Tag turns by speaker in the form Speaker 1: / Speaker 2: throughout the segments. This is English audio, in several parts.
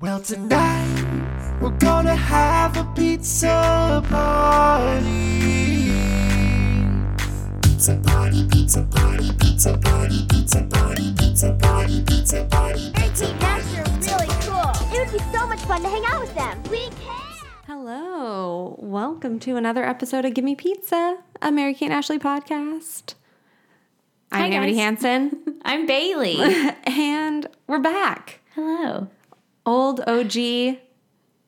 Speaker 1: Well, tonight we're gonna have a pizza party. Pizza party, pizza party, pizza party, pizza party, pizza party, pizza party.
Speaker 2: Team Ducks are really cool. It would be so much fun to hang out with them. We can.
Speaker 3: Hello. Welcome to another episode of Gimme Pizza, a Mary Kate and Ashley podcast.
Speaker 4: Hi,
Speaker 3: I'm Amity
Speaker 4: guys.
Speaker 3: Hansen,
Speaker 4: I'm Bailey.
Speaker 3: and we're back.
Speaker 4: Hello.
Speaker 3: Old OG,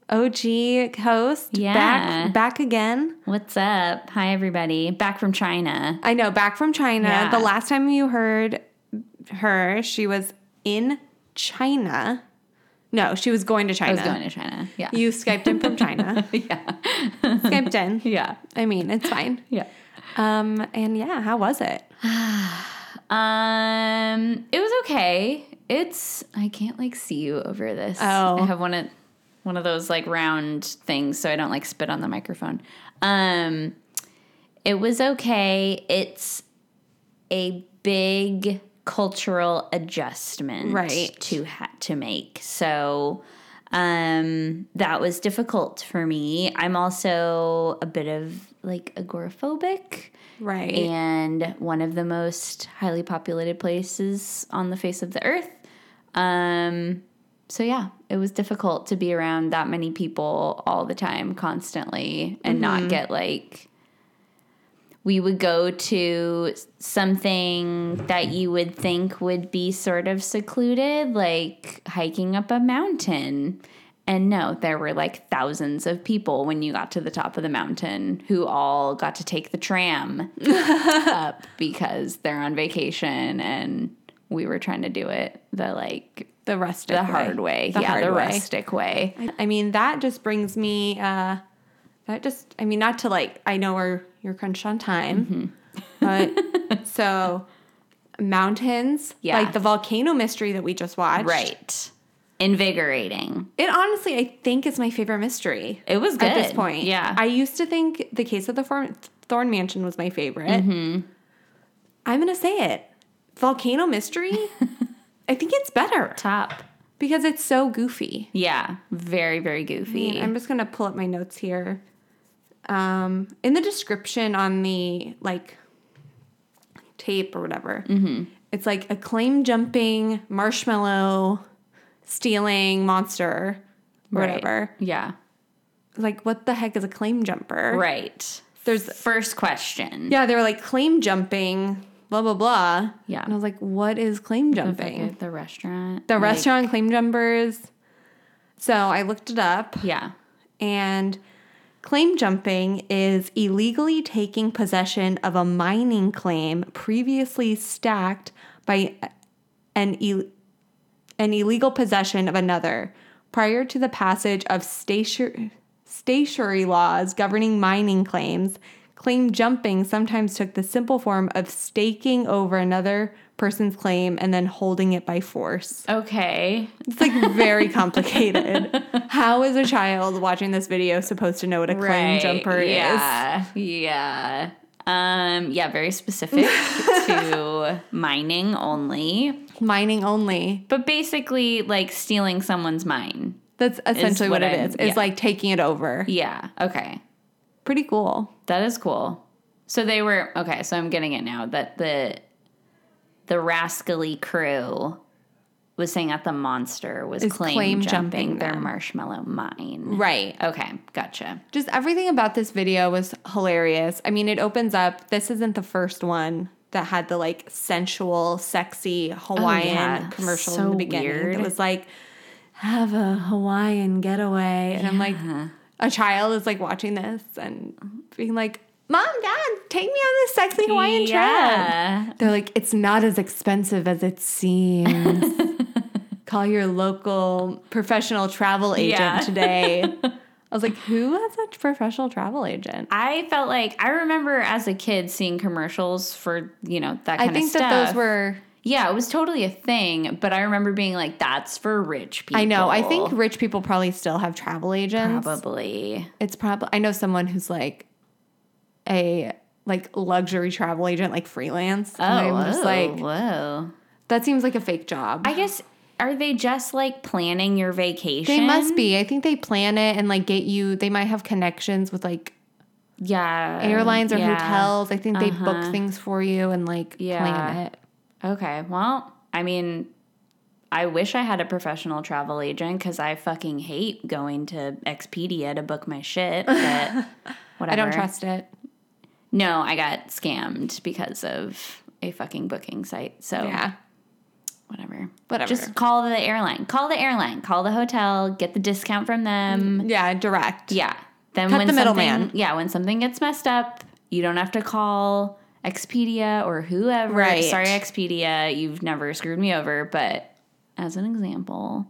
Speaker 3: OG host.
Speaker 4: Yeah.
Speaker 3: Back, back again.
Speaker 4: What's up? Hi, everybody. Back from China.
Speaker 3: I know, back from China.
Speaker 4: Yeah.
Speaker 3: The last time you heard her, she was in China. No, she was going to China.
Speaker 4: I was going to China. Yeah.
Speaker 3: You Skyped in from China.
Speaker 4: yeah.
Speaker 3: Skyped in.
Speaker 4: Yeah.
Speaker 3: I mean, it's fine.
Speaker 4: Yeah.
Speaker 3: Um, and yeah, how was it?
Speaker 4: Um, it was okay. It's I can't like see you over this.
Speaker 3: Oh.
Speaker 4: I have one of one of those like round things so I don't like spit on the microphone. Um it was okay. It's a big cultural adjustment
Speaker 3: Right.
Speaker 4: to ha- to make. So um that was difficult for me. I'm also a bit of like agoraphobic.
Speaker 3: Right.
Speaker 4: and one of the most highly populated places on the face of the earth. Um, so yeah, it was difficult to be around that many people all the time, constantly, and not get like. We would go to something that you would think would be sort of secluded, like hiking up a mountain. And no, there were like thousands of people when you got to the top of the mountain who all got to take the tram up because they're on vacation and we were trying to do it the like
Speaker 3: the rustic
Speaker 4: the hard way.
Speaker 3: The
Speaker 4: yeah,
Speaker 3: hard
Speaker 4: the
Speaker 3: way.
Speaker 4: rustic way.
Speaker 3: I mean, that just brings me. uh That just. I mean, not to like. I know we're you're crunched on time, but so mountains.
Speaker 4: Mm-hmm. Yeah.
Speaker 3: Like the volcano mystery that we just watched.
Speaker 4: Right. Invigorating.
Speaker 3: It honestly, I think, is my favorite mystery.
Speaker 4: It was good.
Speaker 3: at this point.
Speaker 4: Yeah.
Speaker 3: I used to think the case of the Thorn, Thorn Mansion was my favorite.
Speaker 4: Mm-hmm.
Speaker 3: I'm gonna say it. Volcano mystery. I think it's better
Speaker 4: top.
Speaker 3: because it's so goofy.
Speaker 4: Yeah. Very, very goofy.
Speaker 3: I'm just gonna pull up my notes here. Um, in the description on the like tape or whatever,
Speaker 4: Mm-hmm.
Speaker 3: it's like a claim jumping marshmallow stealing monster or
Speaker 4: Right.
Speaker 3: whatever.
Speaker 4: Yeah.
Speaker 3: Like, what the heck is a claim jumper?
Speaker 4: Right.
Speaker 3: There's
Speaker 4: First question.
Speaker 3: yeah, they were like claim jumping, blah blah blah.
Speaker 4: Yeah.
Speaker 3: and I was like, what is claim
Speaker 4: The,
Speaker 3: jumping?
Speaker 4: the restaurant.
Speaker 3: The
Speaker 4: like-
Speaker 3: restaurant claim jumpers. So I looked it up.
Speaker 4: Yeah.
Speaker 3: And claim jumping is illegally taking possession of a mining claim previously stacked by an, Ill- an illegal possession of another prior to the passage of statia- stationary laws governing mining claims. Claim jumping sometimes took the simple form of staking over another person's claim and then holding it by force.
Speaker 4: Okay.
Speaker 3: It's like very complicated. How is a child watching this video supposed to know what a claim jumper is?
Speaker 4: yeah, Yeah. Um, yeah, very specific to mining only.
Speaker 3: Mining only.
Speaker 4: But basically like stealing someone's mine.
Speaker 3: That's essentially what,
Speaker 4: what
Speaker 3: it
Speaker 4: I'm-
Speaker 3: is. It's
Speaker 4: yeah.
Speaker 3: like taking it over.
Speaker 4: Yeah. Okay.
Speaker 3: Pretty cool.
Speaker 4: That is cool. So they were okay, so I'm getting it now that the the rascally crew was saying that the monster was
Speaker 3: Is
Speaker 4: claim,
Speaker 3: claim
Speaker 4: jumping,
Speaker 3: jumping
Speaker 4: their
Speaker 3: them.
Speaker 4: marshmallow mine.
Speaker 3: Right.
Speaker 4: Okay, gotcha.
Speaker 3: Just everything about this video was hilarious. I mean, it opens up. This isn't the first one that had the like sensual, sexy Hawaiian
Speaker 4: Oh, yeah.
Speaker 3: commercial in
Speaker 4: So
Speaker 3: the beginning. It
Speaker 4: weird.
Speaker 3: was like, have a Hawaiian getaway. And I'm like, a child is like watching this and being like, Mom, Dad, take me on this sexy Hawaiian
Speaker 4: Yeah.
Speaker 3: trip. They're like, it's not as expensive as it seems. Call your local professional travel agent
Speaker 4: Yeah.
Speaker 3: today. I was like, who has a professional travel agent?
Speaker 4: I felt like I remember as a kid seeing commercials for, you know, that kind
Speaker 3: I think
Speaker 4: of stuff.
Speaker 3: that those were.
Speaker 4: Yeah, it was totally a thing, but I remember being like, that's for rich people.
Speaker 3: I know. I think rich people probably still have travel agents.
Speaker 4: probably.
Speaker 3: It's probably. I know someone who's like a like luxury travel agent, like freelance.
Speaker 4: Oh,
Speaker 3: and I'm just
Speaker 4: whoa,
Speaker 3: like
Speaker 4: whoa.
Speaker 3: that seems like a fake job.
Speaker 4: I guess are they just like planning your vacation?
Speaker 3: They must be. I think they plan it and like get you. They might have connections with like
Speaker 4: Yeah.
Speaker 3: airlines or
Speaker 4: Um, yeah. Uh-huh.
Speaker 3: hotels. I think they book things for you and like plan
Speaker 4: Yeah.
Speaker 3: it.
Speaker 4: Okay. Well, I mean, I wish I had a professional travel agent because I fucking hate going to Expedia to book my shit. But whatever.
Speaker 3: I don't trust it.
Speaker 4: No, I got scammed because of a fucking booking site. So
Speaker 3: Yeah.
Speaker 4: whatever.
Speaker 3: Whatever.
Speaker 4: Just call the airline. Call the airline. Call the hotel. Get the discount from them.
Speaker 3: Yeah, direct.
Speaker 4: Yeah. Then
Speaker 3: Cut
Speaker 4: when
Speaker 3: the
Speaker 4: something-
Speaker 3: middleman.
Speaker 4: Yeah, when something gets messed up, you don't have to call Expedia or whoever.
Speaker 3: Right.
Speaker 4: Sorry, Expedia, you've never screwed me over, but as an example,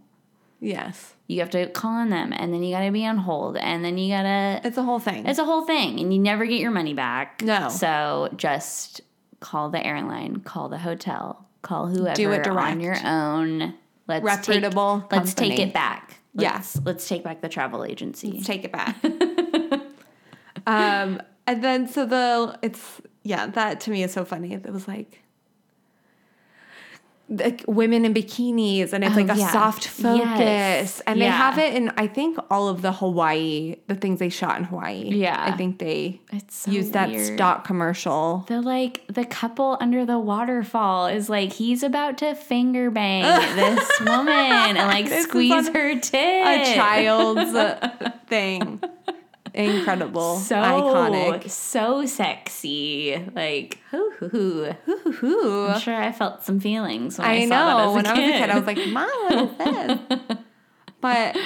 Speaker 3: Yes.
Speaker 4: you have to call on them and then you gotta be on hold and then you gotta
Speaker 3: It's a whole thing.
Speaker 4: it's a whole thing and you never get your money back.
Speaker 3: No.
Speaker 4: So just call the airline, call the hotel, call whoever
Speaker 3: Do it
Speaker 4: on your
Speaker 3: direct.
Speaker 4: own. Let's
Speaker 3: Reputable
Speaker 4: Take, let's take
Speaker 3: company.
Speaker 4: it back.
Speaker 3: Yeah.
Speaker 4: Let's, let's take back the travel agency.
Speaker 3: take it back. um, and then so the it's yeah that to me is so funny. It was like like women in bikinis and it's
Speaker 4: Oh,
Speaker 3: like a
Speaker 4: yeah.
Speaker 3: soft focus
Speaker 4: Yes.
Speaker 3: and they
Speaker 4: Yeah.
Speaker 3: have it in I think all of the Hawaii the things they shot in Hawaii.
Speaker 4: Yeah.
Speaker 3: I think they
Speaker 4: It's so
Speaker 3: used that
Speaker 4: weird.
Speaker 3: stock commercial.
Speaker 4: The like the couple under the waterfall is like he's about to finger bang this woman and like
Speaker 3: This is
Speaker 4: squeeze
Speaker 3: on
Speaker 4: her tit.
Speaker 3: A child's uh, thing. Incredible.
Speaker 4: so
Speaker 3: iconic.
Speaker 4: so sexy. Like hoo hoo hoo. hoo.
Speaker 3: Ooh.
Speaker 4: I'm sure I felt some feelings when I,
Speaker 3: I,
Speaker 4: saw
Speaker 3: know.
Speaker 4: that as
Speaker 3: when
Speaker 4: a
Speaker 3: I was a kid, I was
Speaker 4: kid.
Speaker 3: like, "Mom, what is this?" but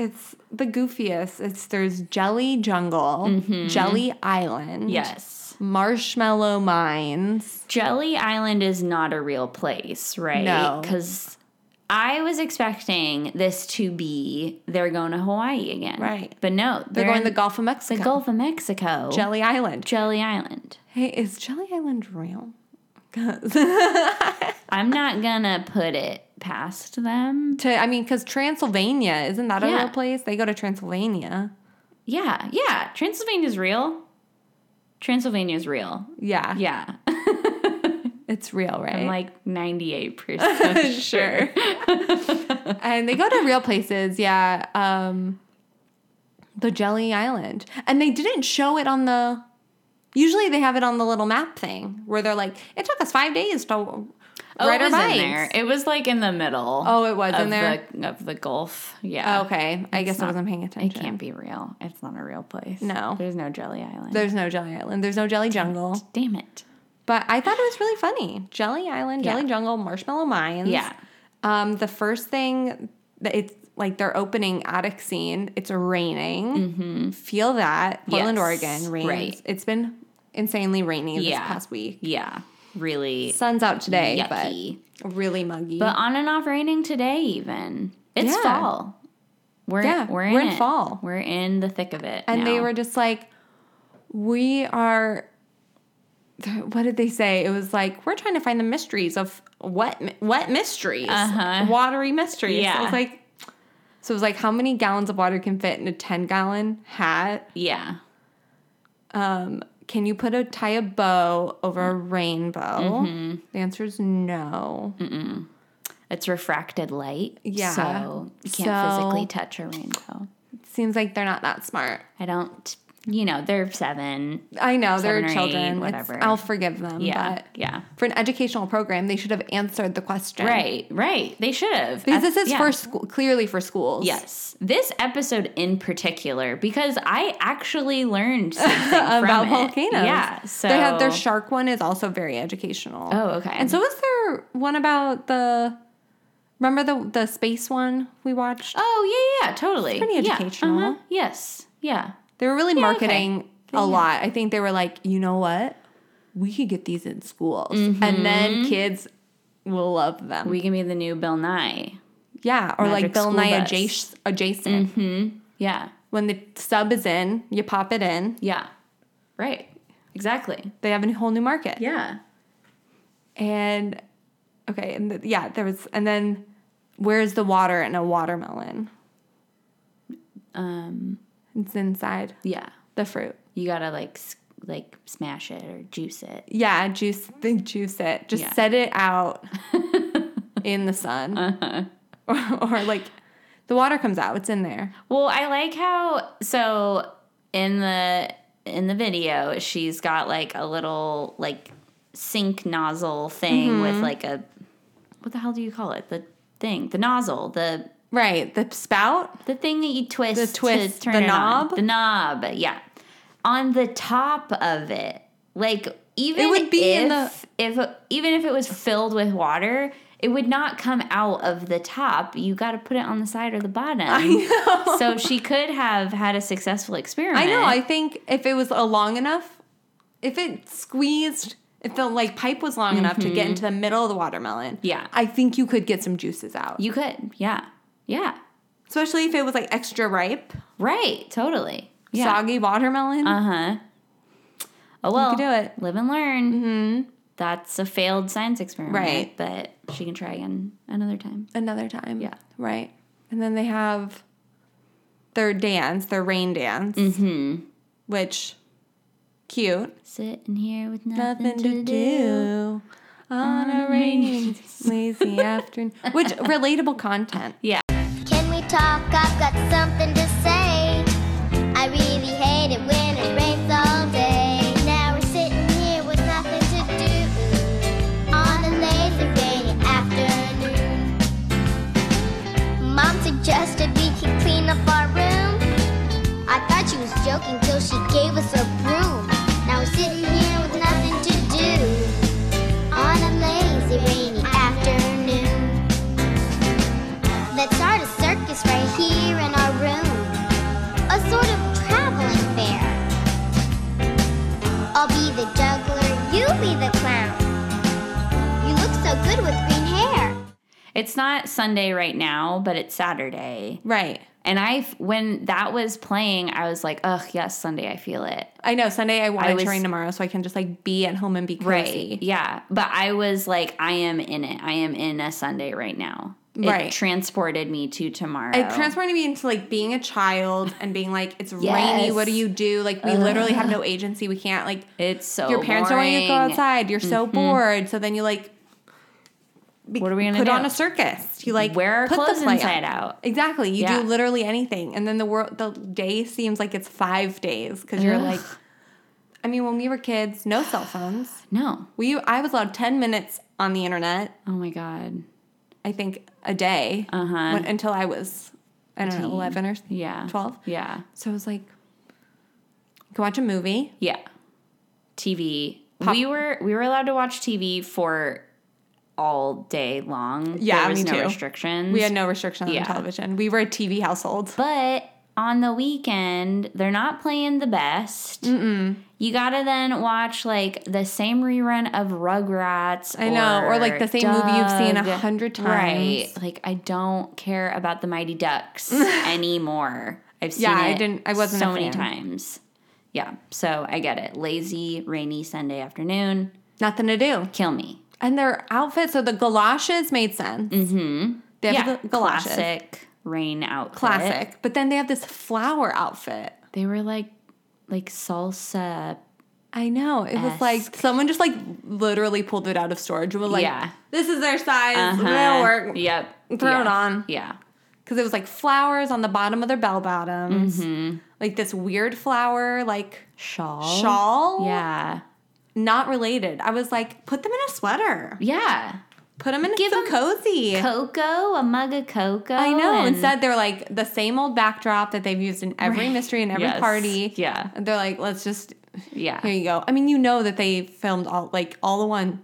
Speaker 3: it's the goofiest. It's there's Jelly Jungle, Jelly Island,
Speaker 4: yes.
Speaker 3: Marshmallow Mines.
Speaker 4: Jelly Island is not a real place, right?
Speaker 3: No.
Speaker 4: Because I was expecting this to be they're going to Hawaii again.
Speaker 3: Right.
Speaker 4: But no,
Speaker 3: They're going
Speaker 4: in
Speaker 3: to the Gulf of Mexico,
Speaker 4: the Gulf of Mexico.
Speaker 3: Jelly Island.
Speaker 4: Jelly Island.
Speaker 3: hey, is Jelly Island real?
Speaker 4: I'm not gonna put it past them.
Speaker 3: To I mean, because Transylvania isn't that a
Speaker 4: Yeah.
Speaker 3: real place? They go to Transylvania.
Speaker 4: Yeah, yeah. Transylvania's real. Transylvania's real.
Speaker 3: Yeah,
Speaker 4: Yeah.
Speaker 3: it's real, right?
Speaker 4: I'm like 98% sure.
Speaker 3: and they go to real places yeah um the jelly island and they didn't show it on the usually they have it on the little map thing where they're like it took us five days to
Speaker 4: Oh,
Speaker 3: ride
Speaker 4: it
Speaker 3: our
Speaker 4: was
Speaker 3: bikes
Speaker 4: in there. It was like in the middle.
Speaker 3: Oh, it was
Speaker 4: of
Speaker 3: in there?
Speaker 4: The, of the Gulf. Yeah.
Speaker 3: Oh, okay i guess i
Speaker 4: not-
Speaker 3: wasn't paying
Speaker 4: It
Speaker 3: attention
Speaker 4: can't be real. It's not a real place.
Speaker 3: No.
Speaker 4: There's no Jelly Island.
Speaker 3: there's no jelly island there's no jelly jungle
Speaker 4: Damn it.
Speaker 3: but i thought it was really funny jelly island jelly
Speaker 4: Yeah.
Speaker 3: jungle marshmallow mines
Speaker 4: Yeah.
Speaker 3: um the first thing that it's like their opening attic scene it's raining feel that portland
Speaker 4: Mm-hmm. Yes,
Speaker 3: oregon rains
Speaker 4: right.
Speaker 3: it's been insanely rainy this
Speaker 4: Yeah.
Speaker 3: past week
Speaker 4: Yeah. Really.
Speaker 3: sun's out today
Speaker 4: yucky.
Speaker 3: but really muggy
Speaker 4: But on and off raining today, even it's
Speaker 3: Yeah.
Speaker 4: fall. We're
Speaker 3: Yeah,
Speaker 4: we're in,
Speaker 3: we're in
Speaker 4: it.
Speaker 3: fall.
Speaker 4: We're in the thick of it.
Speaker 3: and they
Speaker 4: now.
Speaker 3: were just like we are what did they say it was like we're trying to find the mysteries of what what mysteries
Speaker 4: Uh-huh.
Speaker 3: watery mysteries
Speaker 4: Yeah.
Speaker 3: it was like so it was like how many gallons of water can fit in a 10 gallon hat
Speaker 4: yeah,
Speaker 3: um, can you put a tie a bow over a rainbow?
Speaker 4: Mm-hmm.
Speaker 3: The answer is no.
Speaker 4: Mm. it's refracted light.
Speaker 3: Yeah.
Speaker 4: so you can't
Speaker 3: So-
Speaker 4: physically touch a rainbow.
Speaker 3: Seems like they're not that smart.
Speaker 4: I don't. You know, they're seven.
Speaker 3: I know they're
Speaker 4: Seven or eight,
Speaker 3: children. It's-
Speaker 4: whatever.
Speaker 3: I'll forgive them.
Speaker 4: Yeah,
Speaker 3: But
Speaker 4: yeah.
Speaker 3: for an educational program, they should have answered the question.
Speaker 4: Right, right. They should have.
Speaker 3: Because
Speaker 4: That's-
Speaker 3: this is
Speaker 4: yeah.
Speaker 3: for school, clearly for schools.
Speaker 4: Yes, this episode in particular, because I actually learned something from
Speaker 3: About
Speaker 4: it.
Speaker 3: volcanoes.
Speaker 4: Yeah, so
Speaker 3: they had their shark one is also very educational.
Speaker 4: Oh, okay.
Speaker 3: And so is there one about the remember the the space one we watched?
Speaker 4: Oh yeah, yeah, totally.
Speaker 3: pretty
Speaker 4: Yeah,
Speaker 3: educational.
Speaker 4: uh-huh, Yes. Yeah.
Speaker 3: They were really
Speaker 4: okay.
Speaker 3: marketing a lot. I think they were like, you know what? We could get these in schools. And then kids will love them.
Speaker 4: Mm-hmm. We can be the new Bill Nye.
Speaker 3: yeah. Or like
Speaker 4: Magic
Speaker 3: Bill
Speaker 4: School
Speaker 3: Nye
Speaker 4: Bus. Mm-hmm.
Speaker 3: adjac- adjacent.
Speaker 4: Yeah.
Speaker 3: When the sub is in, you pop it in,
Speaker 4: Yeah. Right. Exactly.
Speaker 3: they have a whole new market.
Speaker 4: Yeah.
Speaker 3: And okay. And th- yeah, there was, and then where's the water in a watermelon?
Speaker 4: Um.
Speaker 3: It's inside
Speaker 4: Yeah.
Speaker 3: the fruit.
Speaker 4: You gotta like s- like smash it or juice it.
Speaker 3: Yeah, juice, think juice it. Just
Speaker 4: Yeah.
Speaker 3: set it out in the sun. or, or like the water comes out. It's in there.
Speaker 4: Well, I like how so in the in the video she's got like a little like sink nozzle thing with like a what the hell do you call it? The thing, the nozzle, the
Speaker 3: Right. The spout.
Speaker 4: the thing that you twist,
Speaker 3: The twist,
Speaker 4: to turn
Speaker 3: the
Speaker 4: it on.
Speaker 3: knob?
Speaker 4: the knob, yeah, on the top of it. Like even
Speaker 3: would be
Speaker 4: if
Speaker 3: in
Speaker 4: if even if it was filled with water, it would not come out of the top. You got to put it on the side or the bottom.
Speaker 3: I know.
Speaker 4: So she could have had a successful experiment.
Speaker 3: I know. I think if it was a long enough, if it squeezed, if the like pipe was long enough to get into the middle of the watermelon,
Speaker 4: Yeah.
Speaker 3: I think you could get some juices out.
Speaker 4: you could. Yeah. Yeah.
Speaker 3: Especially if it was like extra ripe,
Speaker 4: Right. Totally. Yeah.
Speaker 3: soggy watermelon.
Speaker 4: Uh huh. Oh well.
Speaker 3: could do it.
Speaker 4: Live and learn. That's a failed science experiment.
Speaker 3: Mm-hmm. Right.
Speaker 4: But she can try again another time.
Speaker 3: Another time.
Speaker 4: Yeah.
Speaker 3: Right. And then they have their dance, their rain dance, Mm-hmm.
Speaker 4: Hmm.
Speaker 3: which cute.
Speaker 4: Sitting here with nothing,
Speaker 3: Nothing to do on a rainy, lazy afternoon. Which relatable content.
Speaker 2: Can we talk? I've got something to say. I really hate it when it rains all day. Now we're sitting here with nothing to do on a lazy, rainy afternoon. Mom suggested we could clean up our room. I thought she was joking till she gave us a broom. Now we're sitting here with nothing to do on a lazy, rainy afternoon. Let's start a circus right here in our room. A sort of traveling fair. I'll be the juggler, you be the clown. You look so good with green hair.
Speaker 4: It's not Sunday right now, but it's Saturday.
Speaker 3: Right.
Speaker 4: And I, when that was playing, I was like, ugh, yes, Sunday, I feel it.
Speaker 3: I know Sunday I want it
Speaker 4: was-
Speaker 3: to rain tomorrow so I can just like be at home and be cozy.
Speaker 4: Right. Yeah. But I was like, I am in it. I am in a Sunday right now. It
Speaker 3: Right.
Speaker 4: transported me to tomorrow.
Speaker 3: It transported me into like being a child and being like, it's rainy.
Speaker 4: Yes.
Speaker 3: What do you do? Like we literally have no agency. We can't like
Speaker 4: It's so
Speaker 3: your parents don't
Speaker 4: boring.
Speaker 3: want you to go outside. You're so bored. So then you like be-
Speaker 4: What are we gonna
Speaker 3: put
Speaker 4: do?
Speaker 3: on a circus? You like
Speaker 4: Wear our
Speaker 3: put the
Speaker 4: clothes
Speaker 3: play
Speaker 4: inside
Speaker 3: on.
Speaker 4: out.
Speaker 3: Exactly. You
Speaker 4: Yeah.
Speaker 3: do literally anything, and then the world the day seems like it's five days because you're
Speaker 4: Ugh.
Speaker 3: like. I mean, when we were kids, no cell phones.
Speaker 4: No.
Speaker 3: We I was allowed ten minutes on the internet.
Speaker 4: Oh my God.
Speaker 3: I think a day
Speaker 4: Uh-huh.
Speaker 3: when- until I was I don't know eleven or
Speaker 4: Yeah.
Speaker 3: 12?
Speaker 4: Yeah.
Speaker 3: So I was like, you can watch a movie.
Speaker 4: Yeah. TV. We were we were allowed to watch TV for all day long.
Speaker 3: Yeah,
Speaker 4: There was
Speaker 3: me
Speaker 4: no
Speaker 3: too.
Speaker 4: restrictions.
Speaker 3: We had no restriction on
Speaker 4: Yeah.
Speaker 3: television. We were a TV household.
Speaker 4: But on the weekend, they're not playing the best. Mm-mm. You gotta then watch like the same rerun of Rugrats.
Speaker 3: I know, or, like, the same movie you've seen a hundred
Speaker 4: Right.
Speaker 3: times.
Speaker 4: Like I don't care about the Mighty Ducks anymore. I've seen
Speaker 3: Yeah, I
Speaker 4: it
Speaker 3: didn't- I wasn't
Speaker 4: so
Speaker 3: a fan.
Speaker 4: many times. Yeah, so I get it. Lazy, rainy Sunday afternoon.
Speaker 3: Nothing to do.
Speaker 4: Kill me.
Speaker 3: And their outfits, so the galoshes made sense. Mm-hmm. They have
Speaker 4: yeah,
Speaker 3: the galoshes. Classic.
Speaker 4: classic rain outfit.
Speaker 3: But then they have this flower outfit.
Speaker 4: They were like, like salsa
Speaker 3: I know. It was like
Speaker 4: Esque.
Speaker 3: someone just like literally pulled it out of storage and was like,
Speaker 4: Yeah.
Speaker 3: this is their size.
Speaker 4: Uh-huh.
Speaker 3: That'll work.
Speaker 4: Yep.
Speaker 3: Throw it
Speaker 4: Yeah.
Speaker 3: on.
Speaker 4: Yeah.
Speaker 3: because it was like flowers on the bottom of their bell bottoms, like this weird flower, like
Speaker 4: Shawl.
Speaker 3: Oh, shawl.
Speaker 4: Yeah.
Speaker 3: not related. I was like, put them in a sweater,
Speaker 4: Yeah.
Speaker 3: put them in
Speaker 4: Give
Speaker 3: some
Speaker 4: 'em
Speaker 3: cozy.
Speaker 4: Cocoa, a mug of cocoa.
Speaker 3: I know.
Speaker 4: and-
Speaker 3: Instead, they're like the same old backdrop that they've used in every
Speaker 4: Right.
Speaker 3: mystery and every
Speaker 4: Yes.
Speaker 3: party.
Speaker 4: Yeah.
Speaker 3: and they're like, let's just
Speaker 4: Yeah.
Speaker 3: here you go. I mean, you know that they filmed all like all the ones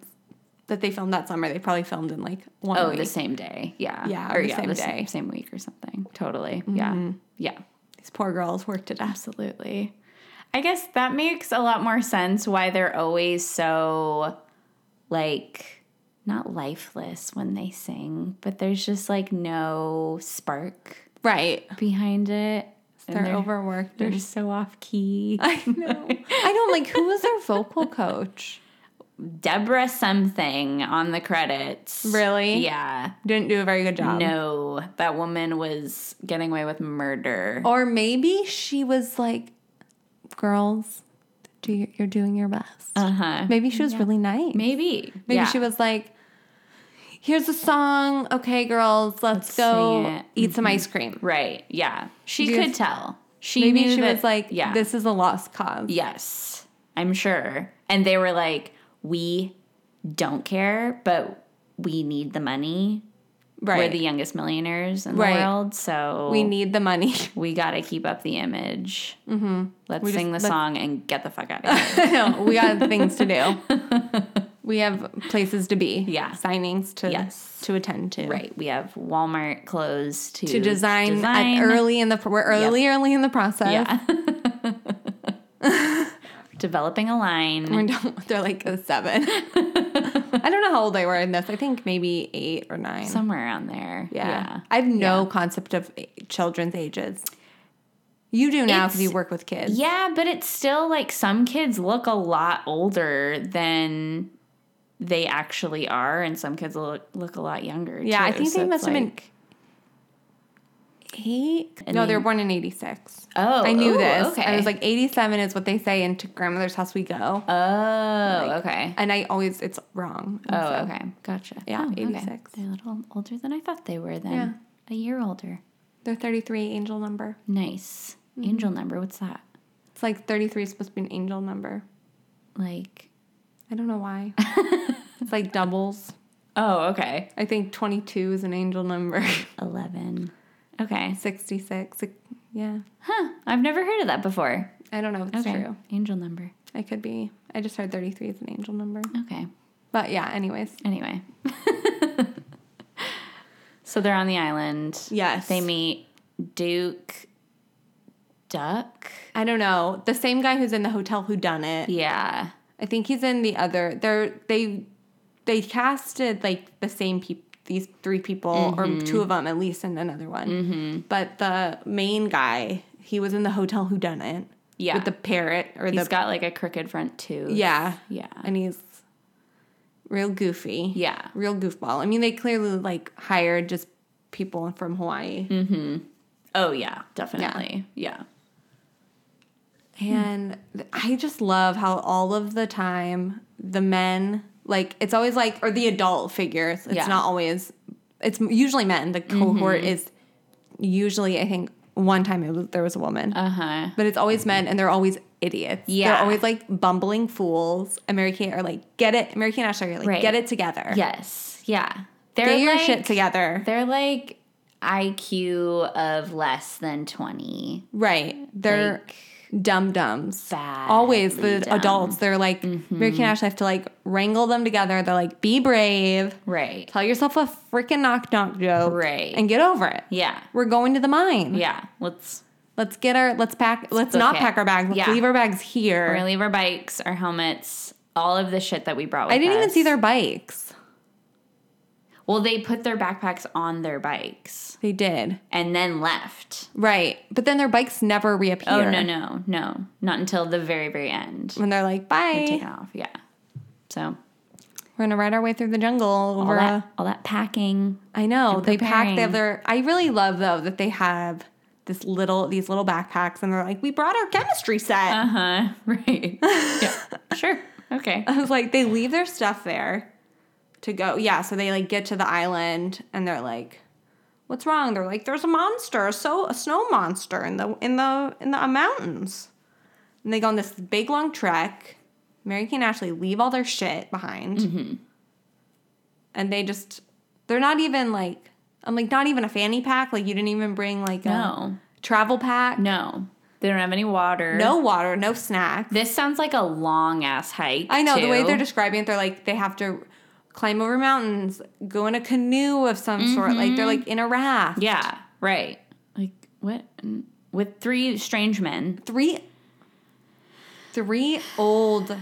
Speaker 3: that they filmed that summer. They probably filmed in like one.
Speaker 4: Oh,
Speaker 3: week.
Speaker 4: the same day. Yeah.
Speaker 3: Yeah,
Speaker 4: Or
Speaker 3: the
Speaker 4: yeah,
Speaker 3: same
Speaker 4: the
Speaker 3: day. Mm-hmm.
Speaker 4: Same, same week or something. Totally. Yeah. Yeah.
Speaker 3: These poor girls worked it up.
Speaker 4: Absolutely. I guess that makes a lot more sense why they're always so like not lifeless when they sing, but there's just like no spark
Speaker 3: Right.
Speaker 4: behind it. And
Speaker 3: They're, overworked.
Speaker 4: They're just so off key.
Speaker 3: I know. I don't like who was their vocal coach.
Speaker 4: Deborah something on the credits.
Speaker 3: Really? Um,
Speaker 4: Yeah.
Speaker 3: Didn't do a very good job.
Speaker 4: no, that woman was getting away with murder.
Speaker 3: Or maybe she was like, "Girls, do your, you're doing your best."
Speaker 4: Uh huh.
Speaker 3: Maybe she was really nice.
Speaker 4: Maybe.
Speaker 3: Maybe she was like, here's a song. Okay, girls, let's,
Speaker 4: Let's
Speaker 3: go
Speaker 4: sing it."
Speaker 3: eat some ice cream.
Speaker 4: Right. Yeah. She
Speaker 3: Do you-
Speaker 4: could tell. She
Speaker 3: Maybe
Speaker 4: knew
Speaker 3: she
Speaker 4: that-
Speaker 3: was like,
Speaker 4: yeah.
Speaker 3: this is a lost cause.
Speaker 4: Yes. I'm sure. And they were like, we don't care, but we need the money.
Speaker 3: right.
Speaker 4: We're the youngest millionaires in
Speaker 3: Right.
Speaker 4: the world, so
Speaker 3: we need the money.
Speaker 4: we gotta keep up the image. Mm-hmm. Let's
Speaker 3: We just-
Speaker 4: sing
Speaker 3: let's-
Speaker 4: the song and get the fuck out of here.
Speaker 3: no, we got things to do. We have places to be.
Speaker 4: Yeah.
Speaker 3: Signings to
Speaker 4: Yes.
Speaker 3: to attend to.
Speaker 4: right. We have Walmart clothes to
Speaker 3: To design, at
Speaker 4: design.
Speaker 3: early in the we're early early in the process.
Speaker 4: Yeah. Developing a line.
Speaker 3: We're done- they're like a seven. I don't know how old they were in this. I think maybe eight or nine.
Speaker 4: somewhere around there.
Speaker 3: yeah. I have no concept of a- children's ages. You do now because
Speaker 4: It's-
Speaker 3: you work with kids.
Speaker 4: Yeah, but it's still like some kids look a lot older than they actually are, and some kids look look a lot younger.
Speaker 3: Yeah, I
Speaker 4: too.
Speaker 3: think
Speaker 4: So
Speaker 3: they
Speaker 4: it's
Speaker 3: must have been
Speaker 4: like-
Speaker 3: eight.
Speaker 4: And
Speaker 3: no, they
Speaker 4: then-
Speaker 3: were born in '86.
Speaker 4: Oh,
Speaker 3: I knew
Speaker 4: ooh,
Speaker 3: this.
Speaker 4: Okay,
Speaker 3: I was like, '87 is what they say, and to grandmother's house we go.
Speaker 4: oh, okay.
Speaker 3: and I always, it's wrong. And
Speaker 4: oh,
Speaker 3: so-
Speaker 4: okay, gotcha.
Speaker 3: Yeah,
Speaker 4: oh, okay.
Speaker 3: 86.
Speaker 4: They're a little older than I thought they were. Then
Speaker 3: Yeah.
Speaker 4: a year older.
Speaker 3: They're 33 angel number.
Speaker 4: Nice
Speaker 3: Mm-hmm.
Speaker 4: angel number. What's that?
Speaker 3: It's like 33 is supposed to be an angel number.
Speaker 4: Like
Speaker 3: I don't know why. it's like doubles.
Speaker 4: oh, okay,
Speaker 3: I think 22 is an angel number.
Speaker 4: eleven. Okay,
Speaker 3: 66. like, Yeah.
Speaker 4: huh? I've never heard of that before.
Speaker 3: I don't know if it's
Speaker 4: okay,
Speaker 3: true.
Speaker 4: angel number.
Speaker 3: I could be. I just heard 33 is an angel number.
Speaker 4: Okay.
Speaker 3: But yeah, anyways.
Speaker 4: Anyway. so they're on the island.
Speaker 3: Yes.
Speaker 4: They meet Duke Duck.
Speaker 3: I don't know. The same guy who's in the hotel who done it.
Speaker 4: Yeah.
Speaker 3: I think he's in the other. They're they they casted like the same people. These three people,
Speaker 4: Mm-hmm.
Speaker 3: or two of them at least, and another one. But the main guy, he was in the hotel who done it.
Speaker 4: Yeah.
Speaker 3: with the parrot or
Speaker 4: He's
Speaker 3: the
Speaker 4: got like a crooked front tooth.
Speaker 3: yeah,
Speaker 4: Yeah.
Speaker 3: and he's real goofy.
Speaker 4: Yeah.
Speaker 3: real goofball. I mean, they clearly like hired just people from Hawaii,
Speaker 4: Mm-hmm. Oh yeah, definitely. Yeah.
Speaker 3: and th- I just love how all of the time the men like it's always like or the adult figures. It's
Speaker 4: Yeah. Mm-hmm.
Speaker 3: not always. It's usually men. The cohort is usually I think one time it was, there was a woman.
Speaker 4: Uh-huh.
Speaker 3: But it's always men, and they're always idiots.
Speaker 4: Yeah.
Speaker 3: they're always like bumbling fools. American are like, get it. American and Ashley are like,
Speaker 4: Right.
Speaker 3: get it together.
Speaker 4: Yes. Yeah. They're
Speaker 3: get your
Speaker 4: like,
Speaker 3: shit together.
Speaker 4: They're like IQ of less than twenty.
Speaker 3: Right, they're dum dums.
Speaker 4: Badly
Speaker 3: Always the
Speaker 4: dumb.
Speaker 3: adults. They're like
Speaker 4: Mm-hmm.
Speaker 3: American and Ashley have to like wrangle them together. They're like, be brave.
Speaker 4: Right.
Speaker 3: Tell yourself a freaking knock knock joke.
Speaker 4: Right.
Speaker 3: and get over it.
Speaker 4: Yeah.
Speaker 3: We're going to the mine.
Speaker 4: Yeah. Let's
Speaker 3: Let's get our let's pack let's
Speaker 4: book
Speaker 3: not
Speaker 4: it.
Speaker 3: pack our bags. Let's
Speaker 4: Yeah.
Speaker 3: leave our bags here.
Speaker 4: we're gonna leave our bikes, our helmets, all of the shit that we brought with
Speaker 3: I didn't even
Speaker 4: us.
Speaker 3: see their bikes.
Speaker 4: Well, they put their backpacks on their bikes
Speaker 3: They did.
Speaker 4: and then left.
Speaker 3: Right. But then their bikes never reappear.
Speaker 4: Oh no, no, no. Not until the very, very end.
Speaker 3: When they're like,
Speaker 4: Taken
Speaker 3: bye.
Speaker 4: off, yeah. So
Speaker 3: We're going to ride our way through the jungle.
Speaker 4: all
Speaker 3: Over uh,
Speaker 4: that
Speaker 3: a-
Speaker 4: all that packing.
Speaker 3: I know. They pack
Speaker 4: preparing.
Speaker 3: they have their. I really love, though, that they have this little, these little backpacks and they're like, we brought our chemistry set.
Speaker 4: Uh-huh. Right. yeah. Sure. Okay.
Speaker 3: I was like, they leave their stuff there to go. Yeah. So they like get to the island and they're like, what's wrong? They're like, there's a monster, so a snow monster in the, in the, in the uh, mountains. And they go on this big long trek. Mary Kay and Ashley leave all their shit behind. And they just, they're not even like, I'm like, not even a fanny pack. Like, you didn't even bring like
Speaker 4: No.
Speaker 3: a travel pack.
Speaker 4: No. They don't have any water.
Speaker 3: No water, no snacks.
Speaker 4: This sounds like a long ass hike.
Speaker 3: I know the way
Speaker 4: too.
Speaker 3: they're describing it. They're like they have to climb over mountains, go in a canoe of some sort. Like they're like in a raft.
Speaker 4: Mm-hmm. Yeah. Right. Like what with three strange men.
Speaker 3: Three, three old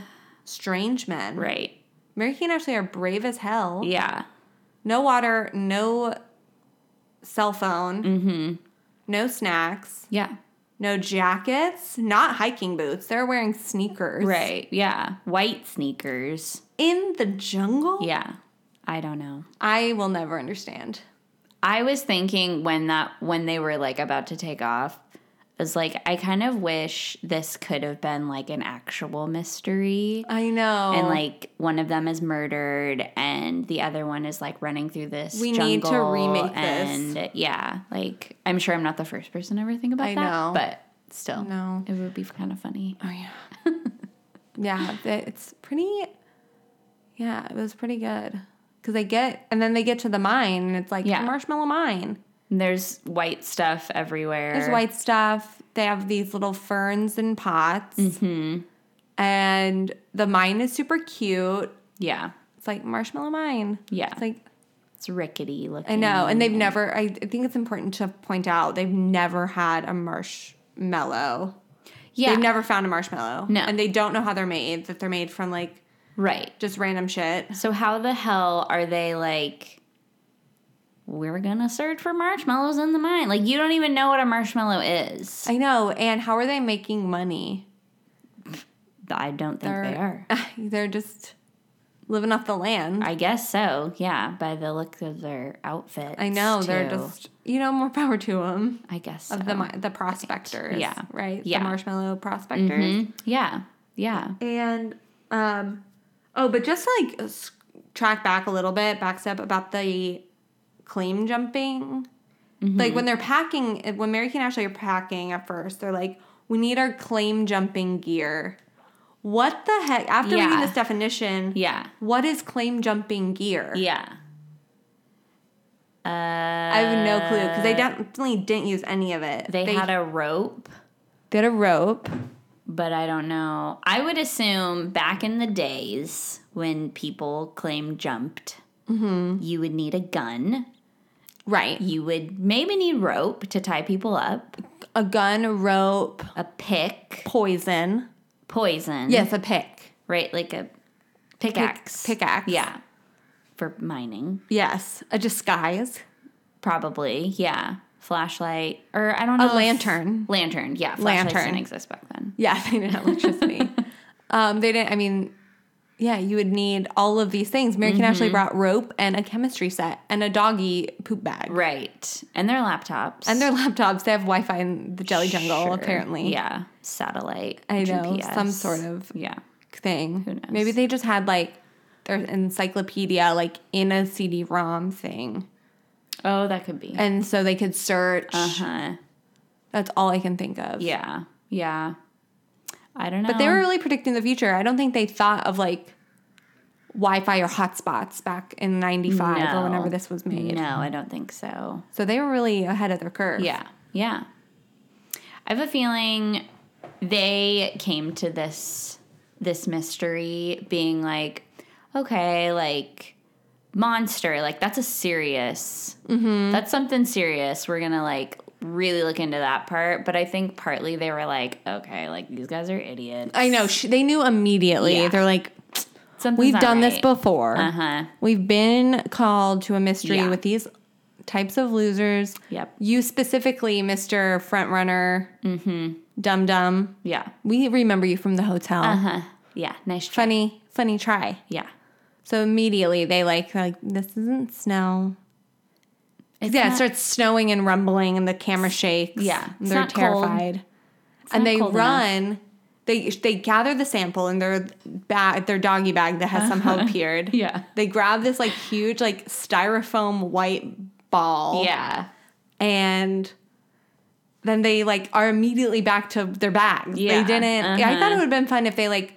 Speaker 3: strange men.
Speaker 4: Right.
Speaker 3: Mary Kay and Ashley are brave as hell.
Speaker 4: Yeah.
Speaker 3: No water, no cell phone, mm-hmm. no snacks,
Speaker 4: Yeah.
Speaker 3: no jackets, not hiking boots. They're wearing sneakers.
Speaker 4: Right. Yeah. White sneakers.
Speaker 3: in the jungle.
Speaker 4: Yeah. I don't know.
Speaker 3: I will never understand.
Speaker 4: I was thinking when that when they were like about to take off, was like, I kind of wish this could have been like an actual mystery.
Speaker 3: I know.
Speaker 4: and like one of them is murdered and the other one is like running through this
Speaker 3: We need to
Speaker 4: jungle,
Speaker 3: remake
Speaker 4: and
Speaker 3: this.
Speaker 4: yeah like i'm sure i'm not the first person to ever think about
Speaker 3: I
Speaker 4: that
Speaker 3: know.
Speaker 4: but still
Speaker 3: No.
Speaker 4: it would be kind of funny
Speaker 3: Oh yeah. yeah, th- it's pretty. Yeah, it was pretty good because they get and then they get to the mine and it's like
Speaker 4: Yeah.
Speaker 3: marshmallow mine.
Speaker 4: And there's white stuff everywhere
Speaker 3: There's white stuff. They have these little ferns in pots,
Speaker 4: Mm-hmm.
Speaker 3: and the mine is super cute.
Speaker 4: yeah
Speaker 3: It's like marshmallow mine.
Speaker 4: Yeah.
Speaker 3: it's like
Speaker 4: it's rickety looking
Speaker 3: I know, and they've never. I I think it's important to point out they've never had a marshmallow.
Speaker 4: yeah
Speaker 3: They've never found a marshmallow.
Speaker 4: No.
Speaker 3: and they don't know how they're made. That they're made from like
Speaker 4: right
Speaker 3: just random shit.
Speaker 4: so how the hell are they like we're gonna search for marshmallows in the mine like you don't even know what a marshmallow is
Speaker 3: I know. And how are they making money?
Speaker 4: i don't think they are
Speaker 3: They're just living off the land. I,
Speaker 4: I guess so. Yeah, by the look of their outfits.
Speaker 3: know. They're
Speaker 4: too.
Speaker 3: just, you know, more power to them.
Speaker 4: I guess so.
Speaker 3: Of the mi- the prospectors.
Speaker 4: Yeah.
Speaker 3: Right?
Speaker 4: Yeah.
Speaker 3: The marshmallow prospectors.
Speaker 4: Mhm. Yeah, yeah,
Speaker 3: And, um, oh, but just to, like s- track back a little bit, back step about the claim jumping.
Speaker 4: Mm-hmm.
Speaker 3: Like when they're packing, eh, when Mary Kay and Ashley are packing at first, they're like, we need our claim jumping gear. What the heck? After reading
Speaker 4: Yeah.
Speaker 3: this definition,
Speaker 4: yeah,
Speaker 3: What is claim jumping gear?
Speaker 4: yeah. Uh,
Speaker 3: I have no clue because they definitely didn't use any of it.
Speaker 4: they, had a rope,
Speaker 3: they had a rope.
Speaker 4: but I don't know. I would assume back in the days when people claimed jumped,
Speaker 3: Mm-hmm.
Speaker 4: you would need a gun.
Speaker 3: Right.
Speaker 4: You would maybe need rope to tie people up,
Speaker 3: A gun, rope,
Speaker 4: a pick,
Speaker 3: poison. Mm-hmm.
Speaker 4: poison.
Speaker 3: Yes, a pick.
Speaker 4: right, like a pickaxe.
Speaker 3: pickaxe.
Speaker 4: Yeah, for mining.
Speaker 3: Yes, a disguise.
Speaker 4: Probably, yeah. Flashlight, or I don't know. if-
Speaker 3: lantern.
Speaker 4: lantern, yeah. Flashlights
Speaker 3: Lantern.
Speaker 4: didn't exist back then.
Speaker 3: Yeah, they didn't have electricity. um, they didn't, I mean, yeah, you would need all of these things. Mary Kay and
Speaker 4: Mm-hmm.
Speaker 3: Ashley brought rope and a chemistry set and a doggy poop bag.
Speaker 4: Right. And their laptops.
Speaker 3: And their laptops, they have Wi Fi in the Jelly Jungle,
Speaker 4: Sure.
Speaker 3: apparently.
Speaker 4: Yeah. Satellite.
Speaker 3: I know,
Speaker 4: GPS.
Speaker 3: some sort of-
Speaker 4: Yeah.
Speaker 3: thing.
Speaker 4: Who knows?
Speaker 3: Maybe they just had like their encyclopedia like in a CD-ROM thing,
Speaker 4: Oh, that could be.
Speaker 3: and so they could search.
Speaker 4: Uh huh.
Speaker 3: That's all I can think of.
Speaker 4: Yeah. Um, Yeah. I don't know.
Speaker 3: but they were really predicting the future. I don't think they thought of like Wi-Fi or hotspots back in '95
Speaker 4: No.
Speaker 3: or whenever this was made.
Speaker 4: No, I don't think so.
Speaker 3: So they were really ahead of their curve.
Speaker 4: Yeah. Yeah. I have a feeling they came to this this mystery being like, okay, like monster, like that's a serious.
Speaker 3: Mm-hmm.
Speaker 4: That's something serious. We're going to like really look into that part, but I think partly they were like, okay, like these guys are idiots.
Speaker 3: I know. Sh- They knew immediately.
Speaker 4: Yeah.
Speaker 3: They're like,
Speaker 4: Something's
Speaker 3: we've
Speaker 4: not
Speaker 3: done this
Speaker 4: right."
Speaker 3: before.
Speaker 4: Uh-huh.
Speaker 3: We've been called to a mystery
Speaker 4: Yeah.
Speaker 3: with these types of losers.
Speaker 4: Yep.
Speaker 3: You specifically, Mr. Frontrunner, mm-hmm. Dum Dum.
Speaker 4: Yeah.
Speaker 3: We remember you from the hotel.
Speaker 4: Uh-huh. Yeah, nice try.
Speaker 3: Funny, funny try.
Speaker 4: Yeah.
Speaker 3: So immediately they like, they're like this isn't snow. 'Cause
Speaker 4: It's
Speaker 3: yeah, it
Speaker 4: not-
Speaker 3: starts snowing and rumbling, and the camera shakes.
Speaker 4: Yeah,
Speaker 3: And
Speaker 4: it's
Speaker 3: they're
Speaker 4: not cold.
Speaker 3: terrified, and
Speaker 4: not
Speaker 3: they
Speaker 4: cold enough.
Speaker 3: run. They they gather the sample in their bag, their doggy bag that has somehow appeared.
Speaker 4: Uh-huh. Yeah.
Speaker 3: they grab this like huge like styrofoam white ball.
Speaker 4: Yeah.
Speaker 3: and then they like are immediately back to their bags.
Speaker 4: Yeah,
Speaker 3: They didn't. I
Speaker 4: uh-huh.
Speaker 3: thought it would have been fun if they like